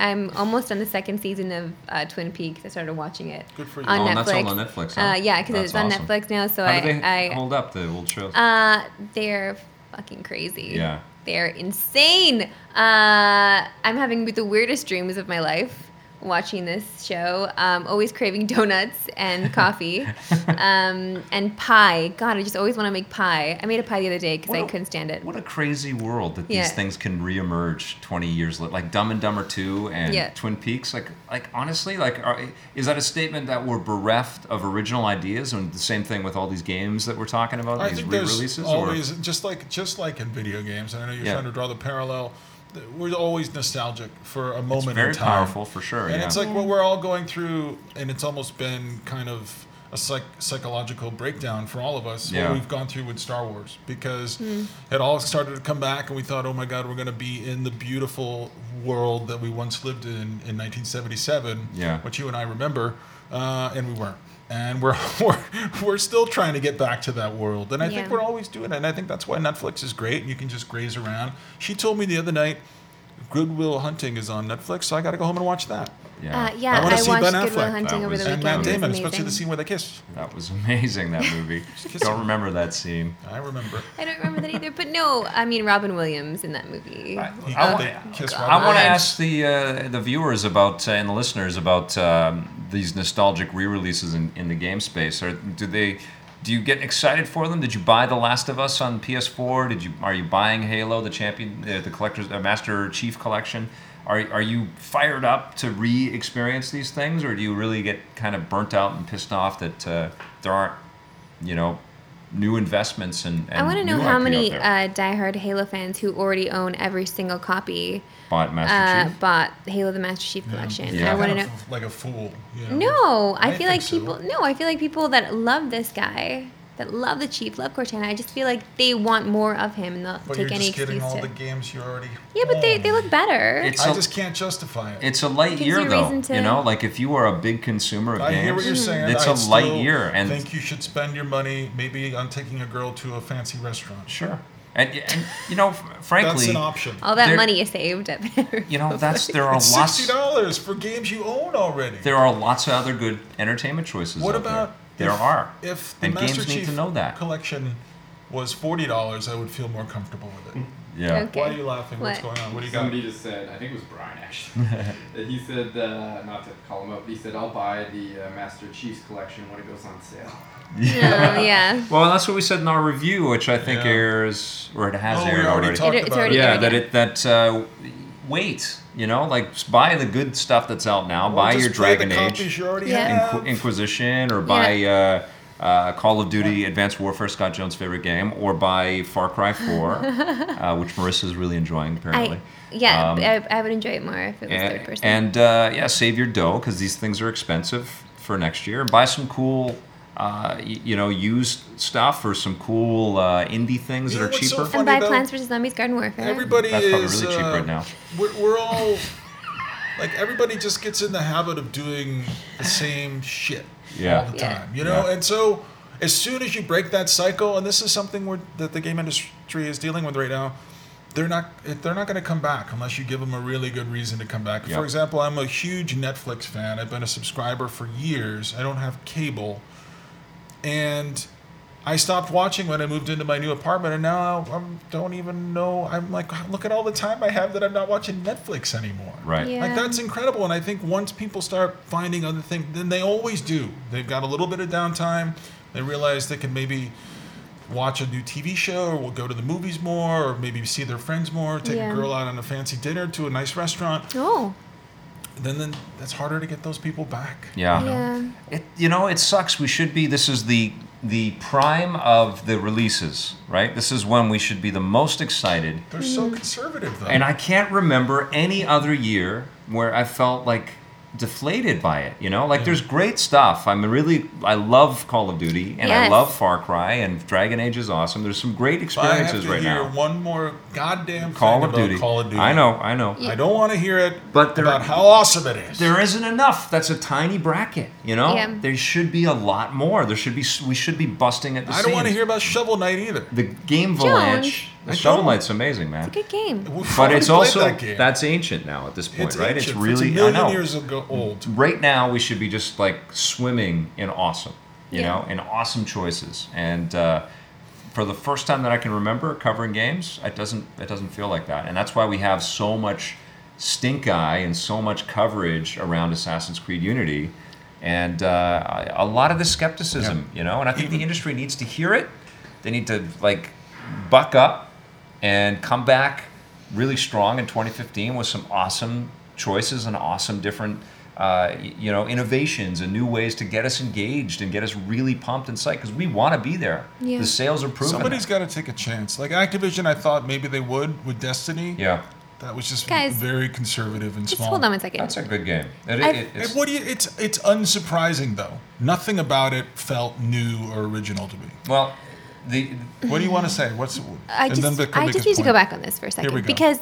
Speaker 2: I'm almost on the second season of uh, Twin Peaks. I started watching it
Speaker 3: Good for you.
Speaker 2: on
Speaker 1: Oh,
Speaker 2: Netflix.
Speaker 1: and that's all on Netflix, huh?
Speaker 2: Uh, yeah, because
Speaker 1: That's
Speaker 2: it's on
Speaker 1: awesome.
Speaker 2: Netflix now. So
Speaker 1: How do they
Speaker 2: I, I
Speaker 1: hold up the old shows?
Speaker 2: Uh, they're fucking crazy.
Speaker 1: Yeah.
Speaker 2: They're insane. Uh, I'm having the weirdest dreams of my life watching this show. Um, always craving donuts and coffee um, and pie. God, I just always want to make pie. I made a pie the other day because
Speaker 1: What
Speaker 2: I
Speaker 1: a-
Speaker 2: couldn't stand it.
Speaker 1: What a crazy world that
Speaker 2: Yeah.
Speaker 1: these things can reemerge 20 years later, like Dumb and Dumber 2 and
Speaker 2: Yeah.
Speaker 1: Twin Peaks. Like, like honestly, like, are, is that a statement that we're bereft of original ideas? And the same thing with all these games that we're talking about,
Speaker 3: I
Speaker 1: these
Speaker 3: think
Speaker 1: re-releases.
Speaker 3: there's
Speaker 1: or-
Speaker 3: always just like just like in video games. And I know you're
Speaker 1: Yeah.
Speaker 3: trying to draw the parallel. th- We're always nostalgic for a moment
Speaker 1: it's very
Speaker 3: in time.
Speaker 1: powerful for sure.
Speaker 3: And
Speaker 1: yeah.
Speaker 3: it's like what we're all going through, and it's almost been kind of a psych- psychological breakdown for all of us
Speaker 1: Yeah.
Speaker 3: what we've gone through with Star Wars because it all started to come back, and we thought, oh my God, we're going to be in the beautiful world that we once lived in in 1977,
Speaker 1: Yeah.
Speaker 3: which you and I remember, uh, and we weren't. And we're, we're we're still trying to get back to that world, and I think
Speaker 2: Yeah.
Speaker 3: we're always doing it. And I think that's why Netflix is great, and you can just graze around. She told me the other night, Goodwill Hunting is on Netflix, so I got to go home and watch that.
Speaker 1: yeah.
Speaker 2: Uh, yeah,
Speaker 3: I
Speaker 2: I,
Speaker 3: wanna see
Speaker 2: watched
Speaker 3: Ben
Speaker 2: Good Will
Speaker 3: Affleck.
Speaker 2: Hunting
Speaker 1: That
Speaker 2: over
Speaker 1: was-
Speaker 2: the
Speaker 3: and
Speaker 2: weekend.
Speaker 3: Matt
Speaker 2: It was
Speaker 3: Damon, especially
Speaker 2: amazing.
Speaker 3: the scene where they kiss.
Speaker 1: That was amazing, that movie.
Speaker 3: kissing.
Speaker 1: Don't remember that scene.
Speaker 3: I remember.
Speaker 2: I don't remember that either, but no, I mean Robin Williams in that movie.
Speaker 1: I-
Speaker 3: He-
Speaker 1: I wa-
Speaker 3: they kiss
Speaker 1: I want to
Speaker 3: Robin.
Speaker 1: ask the uh, the viewers about uh, and the listeners about um, these nostalgic re-releases in, in the game space. Or do they? Do you get excited for them? Did you buy The Last of Us on PS4? Did you are you buying Halo, the champion, uh, the collector's uh, Master Chief Collection? Are, are you fired up to re experience these things, or do you really get kind of burnt out and pissed off that uh, there aren't, you know, new investments and, and
Speaker 2: I want to know
Speaker 1: new
Speaker 2: how
Speaker 1: IP out
Speaker 2: many
Speaker 1: there?
Speaker 2: uh, diehard Halo fans who already own every single copy
Speaker 1: Bought Master
Speaker 2: uh,
Speaker 1: Chief?
Speaker 2: bought Halo the Master Chief Collection.
Speaker 1: Yeah.
Speaker 2: I want to
Speaker 3: Kind
Speaker 2: know.
Speaker 3: of Like a fool. Yeah.
Speaker 2: No, I,
Speaker 3: I think
Speaker 2: feel like
Speaker 3: so.
Speaker 2: people. No, I feel like people that love this guy, that love the Chief, love Cortana. I just feel like they want more of him and they'll
Speaker 3: But
Speaker 2: take
Speaker 3: you're
Speaker 2: any
Speaker 3: just getting
Speaker 2: excuse
Speaker 3: all
Speaker 2: to.
Speaker 3: the games you already.
Speaker 2: yeah, but they,
Speaker 3: own.
Speaker 2: they look better.
Speaker 1: It's
Speaker 3: I
Speaker 1: a-
Speaker 3: just can't justify it.
Speaker 1: It's a light
Speaker 2: Gives
Speaker 1: year,
Speaker 2: you
Speaker 1: though.
Speaker 2: reason to-
Speaker 1: You know, like if you are a big consumer of
Speaker 3: I
Speaker 1: games,
Speaker 3: hear what you're
Speaker 2: Mm-hmm.
Speaker 3: saying.
Speaker 1: it's
Speaker 3: I
Speaker 1: a light
Speaker 3: still
Speaker 1: year, and
Speaker 3: think you should spend your money maybe on taking a girl to a fancy restaurant.
Speaker 1: sure, and, and you know, f- frankly,
Speaker 3: That's an option.
Speaker 2: all that
Speaker 1: they're-
Speaker 2: money is saved. At
Speaker 1: you know, that's there are
Speaker 3: It's
Speaker 1: lots.
Speaker 3: sixty dollars for games you own already.
Speaker 1: There are lots of other good entertainment choices.
Speaker 3: what
Speaker 1: out there.
Speaker 3: about
Speaker 1: there,
Speaker 3: if,
Speaker 1: are?
Speaker 3: If the
Speaker 1: and
Speaker 3: Master
Speaker 1: games
Speaker 3: Chief
Speaker 1: need to know that.
Speaker 3: collection was forty dollars, I would feel more comfortable with it.
Speaker 1: Yeah,
Speaker 2: Okay.
Speaker 3: Why are you laughing? What's
Speaker 2: What?
Speaker 3: going on? What do you got?
Speaker 4: Somebody just said, I think it was Brian actually, that he said, uh, not to call him up, but he said, I'll buy the uh, Master Chief's collection when it goes on sale.
Speaker 2: no, yeah.
Speaker 1: Well, that's what we said in our review, which I think
Speaker 3: Yeah.
Speaker 1: airs or it has
Speaker 3: Oh, we
Speaker 1: aired
Speaker 3: already
Speaker 1: already.
Speaker 3: talked
Speaker 2: It- it's
Speaker 3: about
Speaker 2: already
Speaker 3: it.
Speaker 1: yeah,
Speaker 2: aired,
Speaker 1: that
Speaker 2: yeah.
Speaker 1: it that uh, wait, you know, like s- buy the good stuff that's out now.
Speaker 3: Or
Speaker 1: buy
Speaker 3: just
Speaker 1: your
Speaker 3: play
Speaker 1: Dragon
Speaker 3: the
Speaker 1: Age,
Speaker 3: copies you already
Speaker 2: Yeah.
Speaker 3: have.
Speaker 1: Inqu- Inquisition, or buy uh, uh, Call of Duty: Advanced Warfare, Scott Jones' favorite game, or buy Far Cry Four, uh, which Marissa's really enjoying apparently.
Speaker 2: I, yeah,
Speaker 1: Um,
Speaker 2: I, I would enjoy it more if it was third
Speaker 1: and,
Speaker 2: person.
Speaker 1: and uh, yeah, save your dough because these things are expensive for next year. And buy some cool, uh, y- you know, used stuff or some cool uh, indie things
Speaker 3: You
Speaker 1: that
Speaker 3: know
Speaker 1: are
Speaker 3: what's so
Speaker 1: cheaper.
Speaker 3: fun-
Speaker 2: and buy
Speaker 3: Funny, though,
Speaker 2: Plants vs Zombies Garden Warfare.
Speaker 3: Everybody
Speaker 1: That's
Speaker 3: is
Speaker 1: probably really cheap
Speaker 3: uh,
Speaker 1: right now.
Speaker 3: We're, we're all like everybody just gets in the habit of doing the same shit
Speaker 1: Yeah.
Speaker 3: all the
Speaker 2: Yeah.
Speaker 3: time, you know.
Speaker 1: Yeah.
Speaker 3: And so, as soon as you break that cycle, and this is something where that the game industry is dealing with right now, they're not they're not going to come back unless you give them a really good reason to come back.
Speaker 1: Yeah.
Speaker 3: For example, I'm a huge Netflix fan. I've been a subscriber for years. I don't have cable, and I stopped watching when I moved into my new apartment, and now I don't even know. I'm like, look at all the time I have that I'm not watching Netflix anymore.
Speaker 1: Right.
Speaker 2: Yeah.
Speaker 3: Like that's incredible, and I think once people start finding other things, then they always do. They've got a little bit of downtime. They realize they can maybe watch a new TV show, or go to the movies more, or maybe see their friends more, take
Speaker 2: Yeah.
Speaker 3: a girl out on a fancy dinner to a nice restaurant.
Speaker 2: Oh,
Speaker 3: Then, then that's harder to get those people back.
Speaker 1: Yeah.
Speaker 2: yeah.
Speaker 1: It, you know, it sucks. We should be. This is the the prime of the releases, right? This is when we should be the most excited.
Speaker 3: They're
Speaker 2: Mm.
Speaker 3: so conservative though.
Speaker 1: And I can't remember any other year where I felt like deflated by it. You know, like there's great stuff. I'm really, I love Call of Duty and I
Speaker 2: Yes.
Speaker 1: love Far Cry and Dragon Age is awesome. There's some great
Speaker 3: If I have
Speaker 1: experiences
Speaker 3: to
Speaker 1: right
Speaker 3: hear
Speaker 1: now.
Speaker 3: one more goddamn
Speaker 1: Call
Speaker 3: thing
Speaker 1: of
Speaker 3: about
Speaker 1: Duty.
Speaker 3: Call of Duty.
Speaker 1: I know, I know.
Speaker 2: Yeah.
Speaker 3: I don't want to hear it.
Speaker 1: But there-
Speaker 3: about how awesome it is.
Speaker 1: There isn't enough. That's a tiny bracket. You know,
Speaker 2: Yeah.
Speaker 1: there should be a lot more. There should be. We should be busting at the.
Speaker 3: I don't want to
Speaker 1: seams.
Speaker 3: hear about Shovel Knight either.
Speaker 1: the game Valanche. The
Speaker 3: I
Speaker 1: Shovel
Speaker 3: don't.
Speaker 1: Knight's amazing, man.
Speaker 2: Good game.
Speaker 3: We've
Speaker 1: but
Speaker 3: already
Speaker 1: it's
Speaker 3: played
Speaker 1: also
Speaker 3: that game.
Speaker 1: that's ancient now at this point,
Speaker 3: it's
Speaker 1: right?
Speaker 3: ancient.
Speaker 1: It's really
Speaker 3: it's a
Speaker 1: I
Speaker 3: million
Speaker 1: know. Mm-hmm.
Speaker 3: years ago old.
Speaker 1: right now we should be just like swimming in awesome you
Speaker 2: Yeah.
Speaker 1: know in awesome choices and uh, for the first time that i can remember covering games it doesn't it doesn't feel like that and that's why we have so much stink eye and so much coverage around assassin's creed unity and uh, I- a lot of the skepticism you know and i think the industry needs to hear it they need to like buck up and come back really strong in 2015 with some awesome choices and awesome different uh, y- you know innovations and new ways to get us engaged and get us really pumped and psyched because we want to be there.
Speaker 2: Yeah.
Speaker 1: The sales are proven.
Speaker 3: Somebody's
Speaker 1: that.
Speaker 3: got to take a chance. Like Activision, I thought maybe they would with Destiny.
Speaker 1: yeah,
Speaker 3: That was just
Speaker 2: Guys,
Speaker 3: very conservative and
Speaker 2: Just
Speaker 3: small.
Speaker 2: hold on one second.
Speaker 1: that's a good game. It,
Speaker 2: I've-
Speaker 1: it,
Speaker 3: And
Speaker 1: it's,
Speaker 3: what do you? It's it's unsurprising though. Nothing about it felt new or original to me.
Speaker 1: well, the
Speaker 3: What do you want to say? What's
Speaker 2: I
Speaker 3: and
Speaker 2: just,
Speaker 3: then the
Speaker 2: I
Speaker 3: Kubika's
Speaker 2: just need to go
Speaker 3: point.
Speaker 2: back on this for a second
Speaker 3: we go.
Speaker 2: because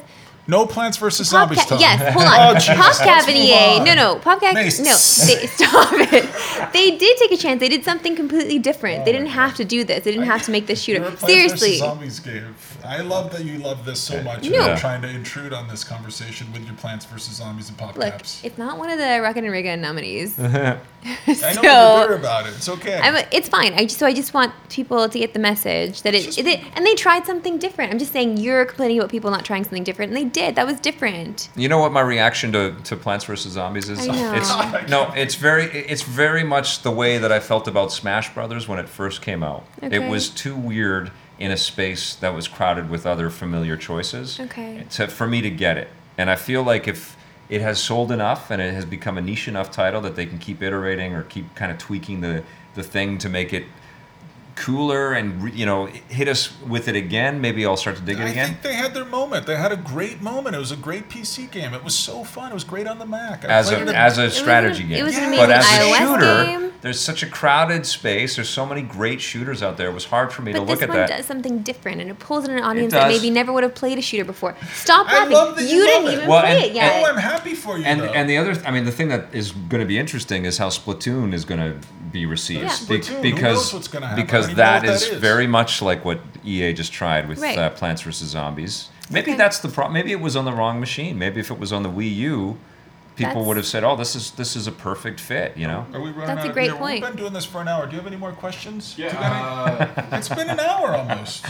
Speaker 3: No Plants versus
Speaker 2: Pop
Speaker 3: Zombies.
Speaker 2: Ca-
Speaker 3: Tom.
Speaker 2: yes, hold
Speaker 3: Oh,
Speaker 2: on.
Speaker 3: Jesus,
Speaker 2: Pop
Speaker 3: let's move
Speaker 2: Cavanier.
Speaker 3: on.
Speaker 2: No, no, Pop Cavanier.
Speaker 3: Mace.
Speaker 2: No, they, stop it. They did take a chance. They did something completely different. They didn't have to do this. They didn't have to make this
Speaker 3: Your
Speaker 2: shooter.
Speaker 3: Plants vs.
Speaker 2: Seriously.
Speaker 3: Zombies game. I love that you love this so much.
Speaker 2: No.
Speaker 3: And I'm trying to intrude on this conversation with your Plants versus Zombies and Pop
Speaker 2: Look,
Speaker 3: Caps.
Speaker 2: it's not one of the Rocket and Riga nominees.
Speaker 3: I know
Speaker 2: so-
Speaker 3: you're bitter about it. It's okay.
Speaker 2: I'm, it's fine. I just so I just want people to get the message that it,
Speaker 3: Just-
Speaker 2: it and they tried something different. I'm just saying you're complaining about people not trying something different, and they did. That was different.
Speaker 1: You know what my reaction to, to Plants vs Zombies is?
Speaker 2: I know.
Speaker 1: It's no, it's very it's very much the way that I felt about Smash Brothers when it first came out.
Speaker 2: Okay.
Speaker 1: It was too weird in a space that was crowded with other familiar choices
Speaker 2: Okay.
Speaker 1: to, for me to get it. And I feel like if it has sold enough and it has become a niche enough title that they can keep iterating or keep kind of tweaking the, the thing to make it cooler and re- you know hit us with it again, maybe I'll start to dig it
Speaker 3: I
Speaker 1: again.
Speaker 3: think they had their moment. They had a great moment. It was a great PC game. It was so fun. It was great on the Mac. I
Speaker 1: as
Speaker 3: played
Speaker 1: a
Speaker 3: it-
Speaker 1: as a
Speaker 2: was an-
Speaker 1: strategy game.
Speaker 2: it was
Speaker 3: an
Speaker 1: but
Speaker 3: amazing
Speaker 1: as a
Speaker 3: iOS
Speaker 1: shooter,
Speaker 2: game.
Speaker 1: there's such a crowded space. There's so many great shooters out there. It was hard for me to
Speaker 2: But
Speaker 1: look
Speaker 2: this
Speaker 1: at
Speaker 2: one
Speaker 1: that.
Speaker 2: does something different, and it pulls in an audience that
Speaker 1: does.
Speaker 2: maybe never would have played a shooter before. Stop
Speaker 3: I
Speaker 2: laughing!
Speaker 3: love that you love
Speaker 2: didn't
Speaker 3: it.
Speaker 2: even
Speaker 1: Well,
Speaker 2: play
Speaker 1: and-
Speaker 2: it yet.
Speaker 1: and-
Speaker 3: oh, I'm happy for you.
Speaker 1: and
Speaker 3: though.
Speaker 1: and the other, I mean, the thing that is going to be interesting is how Splatoon is going to be received
Speaker 2: Yeah.
Speaker 1: Be-
Speaker 3: Splatoon, who
Speaker 1: because
Speaker 3: knows what's gonna happen? I
Speaker 1: because
Speaker 3: don't even know
Speaker 1: that
Speaker 3: what
Speaker 1: is,
Speaker 3: that is.
Speaker 1: very much like what EA just tried with
Speaker 2: Right.
Speaker 1: uh, Plants vs Zombies. Maybe
Speaker 2: Okay.
Speaker 1: that's the problem. Maybe it was on the wrong machine. Maybe if it was on the Wii U, people
Speaker 2: That's-
Speaker 1: would have said, "Oh, this is this is a perfect fit," you know.
Speaker 3: Are we running
Speaker 2: That's
Speaker 3: out
Speaker 2: a
Speaker 3: of-
Speaker 2: great
Speaker 3: yeah,
Speaker 2: point.
Speaker 3: We've been doing this for an hour. Do you have any more questions? Too many?
Speaker 4: Yeah. Uh,
Speaker 3: it's been an hour almost.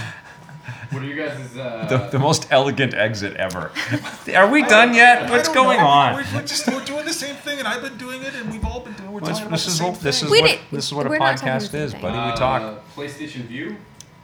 Speaker 4: what are you guys' uh,
Speaker 1: The, the most elegant exit ever. Are we done yet? What's
Speaker 3: I don't
Speaker 1: going
Speaker 3: know.
Speaker 1: on?
Speaker 3: We're, we're just we're doing the same thing, and I've been doing it, and we've all been doing. We're
Speaker 1: This,
Speaker 3: talking about
Speaker 1: this
Speaker 3: the
Speaker 1: is
Speaker 3: same
Speaker 1: what this
Speaker 3: thing.
Speaker 1: is
Speaker 2: We
Speaker 1: what
Speaker 2: didn't-
Speaker 1: this is what a
Speaker 2: we're not talking
Speaker 1: podcast
Speaker 2: the
Speaker 1: is,
Speaker 2: same
Speaker 1: buddy.
Speaker 4: uh,
Speaker 1: we talk.
Speaker 4: PlayStation View?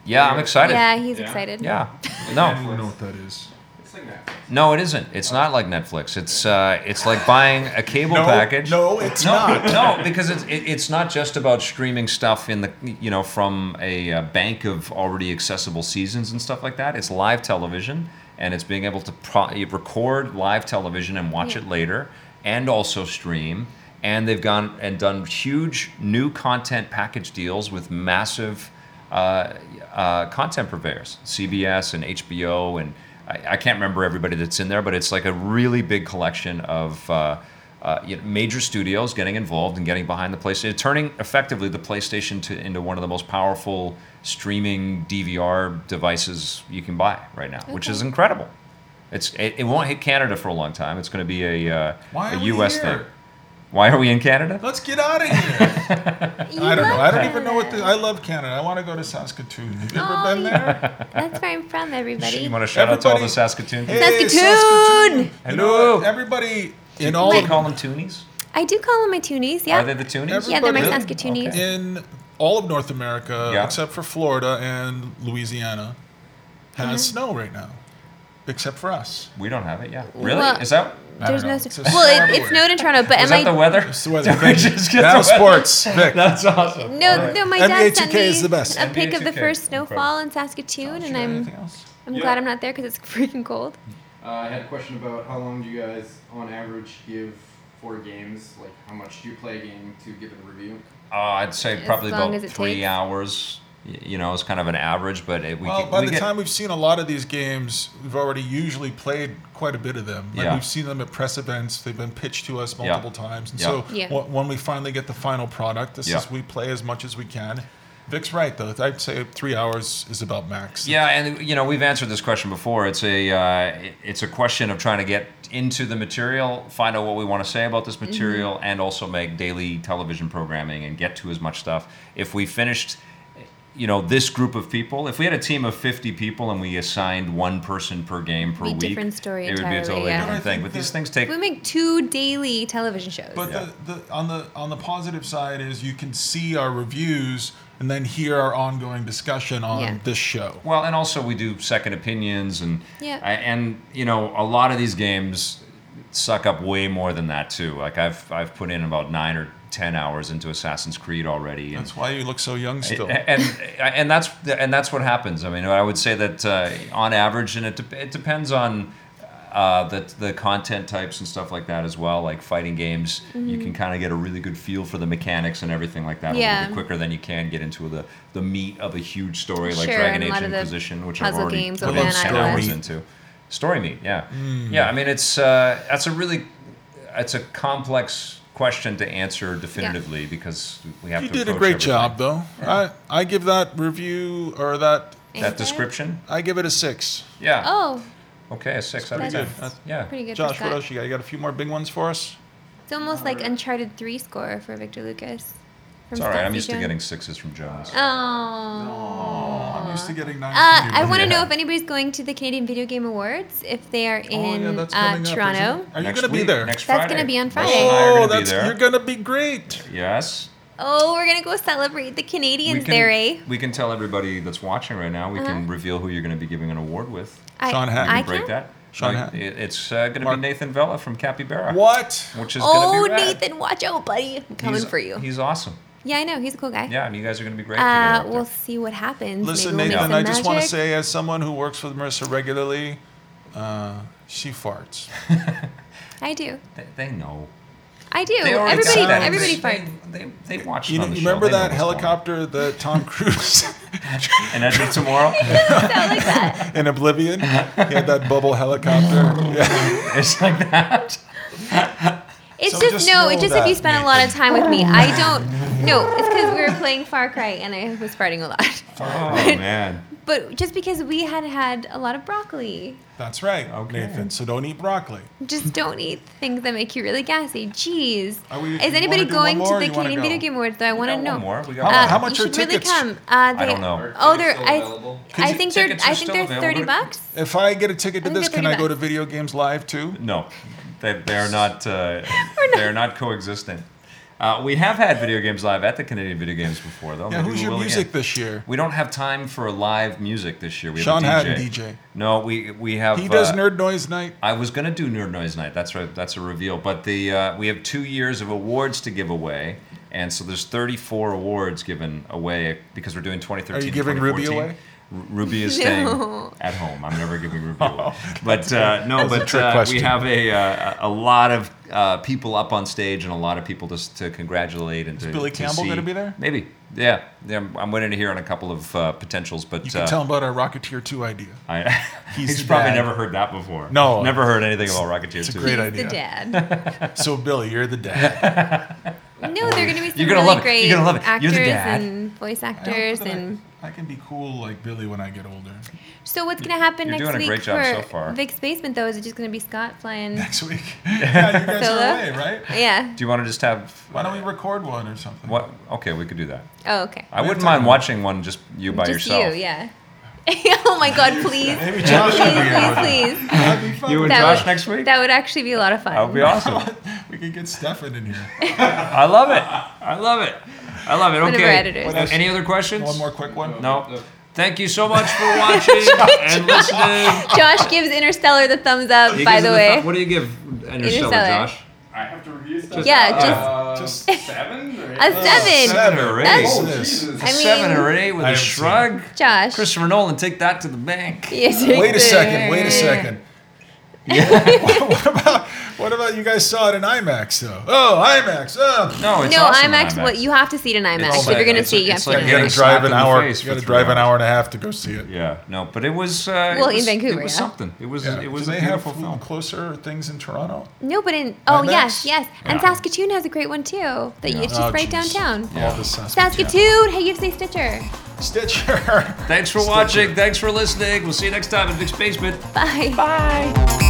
Speaker 1: Yeah, I'm excited.
Speaker 2: yeah, he's
Speaker 4: Yeah.
Speaker 2: excited.
Speaker 1: Yeah.
Speaker 3: I don't
Speaker 1: No,
Speaker 3: even know what that is.
Speaker 4: It's like that.
Speaker 1: no, it isn't. It's not like Netflix. It's uh, it's like buying a cable
Speaker 3: No,
Speaker 1: package.
Speaker 3: no, it's not.
Speaker 1: no, because it's it, it's not just about streaming stuff in the you know from a uh, bank of already accessible seasons and stuff like that. It's live television and it's being able to pro- record live television and watch
Speaker 2: Yeah.
Speaker 1: it later and also stream. And they've gone and done huge new content package deals with massive uh, uh, content purveyors, CBS and HBO, and I, I can't remember everybody that's in there, but it's like a really big collection of. Uh, uh, you know, major studios getting involved and getting behind the PlayStation, turning effectively the PlayStation to, into one of the most powerful streaming DVR devices you can buy right now, which is
Speaker 2: Okay.
Speaker 1: incredible. It's it, it won't hit Canada for a long time. It's going to be a uh,
Speaker 3: Why
Speaker 1: a
Speaker 3: are we
Speaker 1: U.S.
Speaker 3: here?
Speaker 1: thing. Why are we in Canada?
Speaker 3: Let's get out of here.
Speaker 2: You
Speaker 3: I don't know.
Speaker 2: love
Speaker 3: I don't even know what
Speaker 2: Canada.
Speaker 3: this. I love Canada. I want to go to Saskatoon. Have you ever
Speaker 2: Oh,
Speaker 3: been
Speaker 2: you-
Speaker 3: there?
Speaker 2: That's where I'm from, everybody.
Speaker 1: You want to shout out to all the
Speaker 3: Everybody-
Speaker 1: Saskatoon? people?
Speaker 3: Hey,
Speaker 2: Saskatoon!
Speaker 3: You know what?
Speaker 1: Hello.
Speaker 3: everybody in
Speaker 1: Do
Speaker 3: all
Speaker 1: they
Speaker 3: of,
Speaker 1: call them Toonies?
Speaker 2: I do call them my Toonies. Yeah.
Speaker 1: Are they the Toonies?
Speaker 2: yeah, they're my
Speaker 3: Everybody-
Speaker 2: Saskatoonies.
Speaker 1: Okay.
Speaker 3: in all of North America
Speaker 1: Yeah.
Speaker 3: except for Florida and Louisiana has
Speaker 2: Mm-hmm.
Speaker 3: snow right now, except for us.
Speaker 1: We don't have it. Yeah. Really?
Speaker 2: Well,
Speaker 1: Is that?
Speaker 3: I don't
Speaker 2: There's no.
Speaker 3: know. It's just
Speaker 2: well, it,
Speaker 3: everywhere.
Speaker 2: it snowed in Toronto, but
Speaker 1: Is
Speaker 2: am
Speaker 1: that the
Speaker 2: I?
Speaker 1: weather?
Speaker 3: It's the weather.
Speaker 1: Did we just get
Speaker 3: now
Speaker 1: the weather?
Speaker 3: sports. Vic.
Speaker 1: That's awesome.
Speaker 2: No,
Speaker 1: All right.
Speaker 2: no. My
Speaker 3: NBA
Speaker 2: dad sent
Speaker 3: 2K
Speaker 2: me
Speaker 3: is the best.
Speaker 2: a pic
Speaker 1: NBA
Speaker 2: of the
Speaker 1: 2K,
Speaker 2: first snowfall in Saskatoon,
Speaker 3: Should
Speaker 2: and
Speaker 3: I have
Speaker 2: I'm
Speaker 3: anything else?
Speaker 2: I'm
Speaker 4: Yeah.
Speaker 2: glad I'm not there because it's freaking cold.
Speaker 4: Uh, I had a question about how long do you guys, on average, give for games? Like, how much do you play a game to give it a review?
Speaker 1: Uh, I'd say
Speaker 2: As
Speaker 1: probably
Speaker 2: long
Speaker 1: about
Speaker 2: as it
Speaker 1: three
Speaker 2: takes.
Speaker 1: hours. y- You know, it's kind of an average, but it, we
Speaker 3: Well,
Speaker 1: get-
Speaker 3: by
Speaker 1: we
Speaker 3: the
Speaker 1: get,
Speaker 3: time we've seen a lot of these games, we've already usually played quite a bit of them. Like
Speaker 1: Yeah.
Speaker 3: We've seen them at press events. They've been pitched to us multiple times. And
Speaker 1: Yeah.
Speaker 3: so
Speaker 2: Yeah.
Speaker 3: wh- when we finally get the final product, this
Speaker 1: Yeah.
Speaker 3: is we play as much as we can. Vic's right, though. I'd say three hours is about max.
Speaker 1: yeah, and you know, we've answered this question before. It's a uh, i- it's a question of trying to get into the material, find out what we want to say about this
Speaker 2: Mm-hmm.
Speaker 1: material, and also make daily television programming and get to as much stuff. If we finished, you know, this group of people, if we had a team of fifty people and we assigned one person per game per
Speaker 2: Be
Speaker 1: week,
Speaker 2: different story
Speaker 1: it would be a
Speaker 2: entirely,
Speaker 1: totally
Speaker 2: yeah.
Speaker 1: different
Speaker 3: But I
Speaker 1: thing.
Speaker 3: think
Speaker 1: But these
Speaker 3: that-
Speaker 1: things take
Speaker 2: We make two daily television shows.
Speaker 3: But
Speaker 1: Yeah.
Speaker 3: the, the on the on the positive side is you can see our reviews and then hear our ongoing discussion on
Speaker 2: Yeah.
Speaker 3: this show.
Speaker 1: Well, and also we do second opinions, and
Speaker 2: Yeah.
Speaker 1: I, and you know a lot of these games suck up way more than that too. Like I've I've put in about nine or ten hours into Assassin's Creed already, and
Speaker 3: That's why you look so young still.
Speaker 1: and and that's and that's what happens. I mean, I would say that uh, on average, and it de- it depends on. Uh, the, the content types and stuff like that as well, like fighting games, you can kind of get a really good feel for the mechanics and everything like that a
Speaker 2: Mm-hmm. Yeah.
Speaker 1: little bit quicker than you can get into the, the meat of a huge story like
Speaker 2: Sure,
Speaker 1: Dragon
Speaker 2: and a
Speaker 1: Age
Speaker 2: lot of the
Speaker 1: Inquisition, which I've
Speaker 2: puzzle
Speaker 1: already
Speaker 2: games
Speaker 1: put
Speaker 3: on
Speaker 1: in
Speaker 3: Van
Speaker 1: 10
Speaker 3: Island.
Speaker 1: hours
Speaker 3: Story.
Speaker 1: into. Story meat, yeah,
Speaker 3: Mm.
Speaker 1: yeah. I mean, it's uh, that's a really it's a complex question to answer definitively because we have
Speaker 3: You
Speaker 1: to.
Speaker 3: did a
Speaker 1: approach
Speaker 3: great
Speaker 1: everything.
Speaker 3: job, though. I I give that review or that
Speaker 1: That description,
Speaker 3: I give it a six.
Speaker 1: yeah.
Speaker 2: Oh,
Speaker 1: Okay, a six out of
Speaker 2: Pretty
Speaker 1: ten.
Speaker 3: good. That's-
Speaker 1: Yeah.
Speaker 2: pretty good. for
Speaker 3: Josh, what
Speaker 2: Scott.
Speaker 3: else you got? You got a few more big ones for us?
Speaker 2: It's almost like Uncharted Three score for Victor Lucas.
Speaker 1: It's all right. I'm used to getting sixes from Jones.
Speaker 2: Oh.
Speaker 3: I'm used to getting nine.
Speaker 2: Uh,
Speaker 3: from you,
Speaker 2: I
Speaker 3: buddy.
Speaker 2: want to
Speaker 1: Yeah.
Speaker 2: know if anybody's going to the Canadian Video Game Awards if they are
Speaker 3: Oh,
Speaker 2: in
Speaker 3: yeah, that's
Speaker 2: uh,
Speaker 3: coming up,
Speaker 2: Toronto.
Speaker 3: isn't it? Are you
Speaker 1: Next
Speaker 3: going to be
Speaker 1: week-
Speaker 3: there?
Speaker 1: Next
Speaker 2: That's
Speaker 1: Friday.
Speaker 2: gonna be on
Speaker 1: Russell
Speaker 2: Friday.
Speaker 1: and I are
Speaker 3: Oh,
Speaker 1: gonna be
Speaker 3: that's
Speaker 1: there.
Speaker 3: you're going to be great.
Speaker 1: Yes.
Speaker 2: Oh, we're gonna go celebrate the Canadians there, eh?
Speaker 1: we can tell everybody that's watching right now. We
Speaker 2: Uh-huh.
Speaker 1: can reveal who you're going to be giving an award with.
Speaker 2: I,
Speaker 3: Sean Hackman.
Speaker 2: I
Speaker 1: Break
Speaker 2: can?
Speaker 1: that.
Speaker 3: Sean
Speaker 1: Like,
Speaker 3: Hatton.
Speaker 1: it- It's uh, going to be
Speaker 3: Mark-
Speaker 1: Nathan Vella from Capybara.
Speaker 3: What?
Speaker 1: Which is
Speaker 2: Oh,
Speaker 1: going to be rad.
Speaker 2: Nathan, watch out, buddy. I'm coming
Speaker 1: He's-
Speaker 2: for you.
Speaker 1: He's awesome.
Speaker 2: Yeah, I know. He's a cool guy.
Speaker 1: Yeah, and you guys are going to be great together.
Speaker 2: Uh,
Speaker 1: up
Speaker 2: we'll
Speaker 1: there.
Speaker 2: see what happens.
Speaker 3: Listen,
Speaker 2: Maybe we'll
Speaker 3: Nathan,
Speaker 2: make some
Speaker 3: I just want to
Speaker 2: magic.
Speaker 3: say, as someone who works with Marissa regularly, uh, she farts.
Speaker 2: I do.
Speaker 1: They, they know.
Speaker 2: I do.
Speaker 1: They already
Speaker 2: Oh, Everybody,
Speaker 1: got that.
Speaker 2: everybody
Speaker 1: They-
Speaker 2: farts.
Speaker 1: They, they, they watched
Speaker 3: You,
Speaker 1: it
Speaker 3: know,
Speaker 1: on the
Speaker 3: you
Speaker 1: show.
Speaker 3: remember
Speaker 1: They know
Speaker 3: that
Speaker 1: what's going on.
Speaker 3: helicopter that Tom Cruise
Speaker 1: And Edge of Tomorrow?
Speaker 2: Sound like that.
Speaker 3: in Oblivion? He had that bubble helicopter. Yeah.
Speaker 1: it's like that.
Speaker 2: It's
Speaker 3: So
Speaker 2: just,
Speaker 3: just
Speaker 2: no.
Speaker 3: know
Speaker 2: It's just if you
Speaker 3: that,
Speaker 2: spend a lot of time with me. I don't. No, it's because we were playing Far Cry and I was farting a lot.
Speaker 1: Oh, man.
Speaker 2: But just because we had had a lot of broccoli,
Speaker 3: That's right,
Speaker 1: Okay.
Speaker 3: Nathan. So don't eat broccoli.
Speaker 2: just don't eat things that make you really gassy. Jeez.
Speaker 3: Are we-
Speaker 2: Is
Speaker 3: you
Speaker 2: anybody
Speaker 3: wanna do one
Speaker 2: going
Speaker 3: more or
Speaker 2: to the
Speaker 3: you wanna
Speaker 2: Canadian
Speaker 3: go?
Speaker 2: Video Game Awards? Though I want to
Speaker 1: Got
Speaker 2: know.
Speaker 1: One more. We got
Speaker 3: How-
Speaker 1: one more.
Speaker 2: Uh,
Speaker 3: how much
Speaker 2: you
Speaker 3: are
Speaker 2: should
Speaker 3: tickets?
Speaker 2: Really come. Uh, they,
Speaker 1: I don't know.
Speaker 4: Are
Speaker 2: Oh, they're.
Speaker 4: tickets still
Speaker 2: I,
Speaker 4: available?
Speaker 3: Could
Speaker 2: I
Speaker 3: you-
Speaker 2: think they're.
Speaker 1: tickets are
Speaker 2: I think
Speaker 1: still
Speaker 2: they're
Speaker 1: available.
Speaker 2: thirty
Speaker 1: Go to-
Speaker 2: bucks.
Speaker 3: If I get a ticket to
Speaker 2: I think
Speaker 3: this,
Speaker 2: they're
Speaker 3: can I go to
Speaker 2: pretty
Speaker 3: Video Games Live too?
Speaker 1: No, they, they're not. Uh, they're not coexistent. Uh, we have had video games live at the Canadian Video Games before, though.
Speaker 3: Yeah,
Speaker 1: Maybe
Speaker 3: who's
Speaker 1: we
Speaker 3: your
Speaker 1: will
Speaker 3: music
Speaker 1: again.
Speaker 3: this year?
Speaker 1: We don't have time for live music this year. We have
Speaker 3: Sean
Speaker 1: a DJ.
Speaker 3: Hatton, DJ.
Speaker 1: No, we we have.
Speaker 3: He does
Speaker 1: uh,
Speaker 3: Nerd Noise Night.
Speaker 1: I was gonna do Nerd Noise Night. That's right. That's a reveal. But the uh, we have two years of awards to give away, and so there's 34 awards given away because we're doing 2013.
Speaker 3: Are you giving Ruby
Speaker 1: 2014.
Speaker 3: away?
Speaker 1: R- Ruby is staying
Speaker 2: No.
Speaker 1: at home. I'm never giving Ruby away. But uh, no,
Speaker 3: Oh, a
Speaker 1: but
Speaker 3: trick
Speaker 1: uh, we
Speaker 3: question.
Speaker 1: have a uh, a a lot of uh, people up on stage and a lot of people to s- to congratulate and to,
Speaker 3: Billy
Speaker 1: to
Speaker 3: Campbell
Speaker 1: see.
Speaker 3: gonna be there?
Speaker 1: Maybe. Yeah. yeah I'm, I'm waiting to hear on a couple of uh, potentials, but
Speaker 3: You can
Speaker 1: uh,
Speaker 3: tell him about our Rocketeer 2 idea.
Speaker 1: I,
Speaker 3: He's
Speaker 1: he's
Speaker 3: the
Speaker 1: probably
Speaker 3: dad.
Speaker 1: never heard that before.
Speaker 3: No.
Speaker 1: never heard anything about Rocketeer
Speaker 3: it's a
Speaker 1: 2.
Speaker 3: Great
Speaker 2: He's
Speaker 3: idea.
Speaker 2: The dad.
Speaker 3: So, Billy, you're the dad.
Speaker 2: No, they're gonna be some
Speaker 1: You're gonna
Speaker 2: really
Speaker 1: love it.
Speaker 2: great
Speaker 1: You're gonna love it.
Speaker 2: actors
Speaker 1: You're the dad.
Speaker 2: and voice
Speaker 3: I don't
Speaker 2: actors
Speaker 3: know that I-
Speaker 2: and.
Speaker 3: I can be cool like Billy when I get older.
Speaker 2: So what's gonna happen
Speaker 1: You're
Speaker 2: next
Speaker 1: doing a
Speaker 2: week
Speaker 1: great job
Speaker 2: for
Speaker 1: so far.
Speaker 2: Vic's basement though? Is it just gonna be Scott flying?
Speaker 3: Next week. yeah, you guys
Speaker 2: Solo?
Speaker 3: are away, right?
Speaker 2: yeah.
Speaker 1: Do you want to just have
Speaker 3: Why don't we record one or something?
Speaker 1: what? Okay, we could do that.
Speaker 2: Oh, okay.
Speaker 1: I
Speaker 3: We have
Speaker 1: wouldn't
Speaker 3: time
Speaker 1: mind
Speaker 3: now.
Speaker 1: watching one just you by
Speaker 2: just
Speaker 1: yourself.
Speaker 2: you, yeah. oh my God! Please,
Speaker 3: Maybe Josh should be
Speaker 2: please,
Speaker 3: on.
Speaker 2: please, please.
Speaker 3: That'd be fun.
Speaker 1: You and
Speaker 2: That
Speaker 1: Josh
Speaker 2: would-
Speaker 1: next week. That
Speaker 2: That would actually be a lot of fun.
Speaker 1: would be awesome.
Speaker 3: we could get Stefan in here.
Speaker 1: I love it. I love it. I love it.
Speaker 2: One of our editors. What
Speaker 1: Okay.
Speaker 3: else?
Speaker 1: Any other questions?
Speaker 3: One more quick one.
Speaker 1: No. Thank you so much for watching and listening.
Speaker 2: Josh gives Interstellar the thumbs up.
Speaker 1: He
Speaker 2: by
Speaker 1: gives
Speaker 2: the
Speaker 1: it a
Speaker 2: way,
Speaker 1: thumb- what do you give Interstellar,
Speaker 2: Interstellar.
Speaker 1: Josh?
Speaker 4: I have to review stuff.
Speaker 2: Yeah, just-
Speaker 4: uh,
Speaker 3: Just-
Speaker 4: seven. Or eight?
Speaker 2: a
Speaker 1: Oh,
Speaker 2: seven.
Speaker 1: seven or eight.
Speaker 4: Oh,
Speaker 3: Jesus.
Speaker 4: Jesus.
Speaker 1: A
Speaker 2: I mean-
Speaker 1: seven or eight with a
Speaker 3: I haven't seen it.
Speaker 1: shrug.
Speaker 2: Josh.
Speaker 1: Christopher Nolan, take that to the bank.
Speaker 2: Yes,
Speaker 3: Wait a second. Wait
Speaker 2: exactly.
Speaker 3: a second. what about what about you guys saw it in IMAX though? Oh, IMAX. Oh.
Speaker 1: No, it's
Speaker 2: No,
Speaker 1: awesome
Speaker 2: IMAX.
Speaker 1: IMAX.
Speaker 2: What you have to see it in IMAX. if
Speaker 1: like-
Speaker 2: you're gonna
Speaker 1: it's-
Speaker 2: see, it, you have
Speaker 1: it's
Speaker 2: to.
Speaker 1: like
Speaker 2: see
Speaker 3: You
Speaker 2: it
Speaker 1: getting
Speaker 2: in
Speaker 3: gotta
Speaker 2: IMAX.
Speaker 3: drive
Speaker 1: slapped in
Speaker 3: an
Speaker 1: the
Speaker 3: hour. You
Speaker 1: face for
Speaker 3: gotta
Speaker 1: three
Speaker 3: drive
Speaker 1: hours.
Speaker 3: an hour and a half to go see it.
Speaker 1: Yeah, no, but it was. Uh,
Speaker 2: Well,
Speaker 1: it
Speaker 2: in
Speaker 1: was,
Speaker 2: Vancouver,
Speaker 1: it was
Speaker 2: yeah.
Speaker 1: something. It was. It was
Speaker 3: Do
Speaker 1: a
Speaker 3: they
Speaker 1: beautiful
Speaker 3: have
Speaker 1: film.
Speaker 3: closer things in Toronto?
Speaker 2: No, but in oh
Speaker 3: IMAX?
Speaker 2: yes, yes, and
Speaker 1: Yeah.
Speaker 2: Saskatoon has a great one too. That it's just
Speaker 3: Oh,
Speaker 2: right
Speaker 3: jeez.
Speaker 2: downtown.
Speaker 1: Yeah.
Speaker 3: All the Saskatoon.
Speaker 2: Saskatoon, hey, you say Stitcher.
Speaker 3: Stitcher.
Speaker 1: Thanks for watching. Thanks for listening. We'll see you next time in Vic's Basement.
Speaker 2: Bye.
Speaker 1: Bye.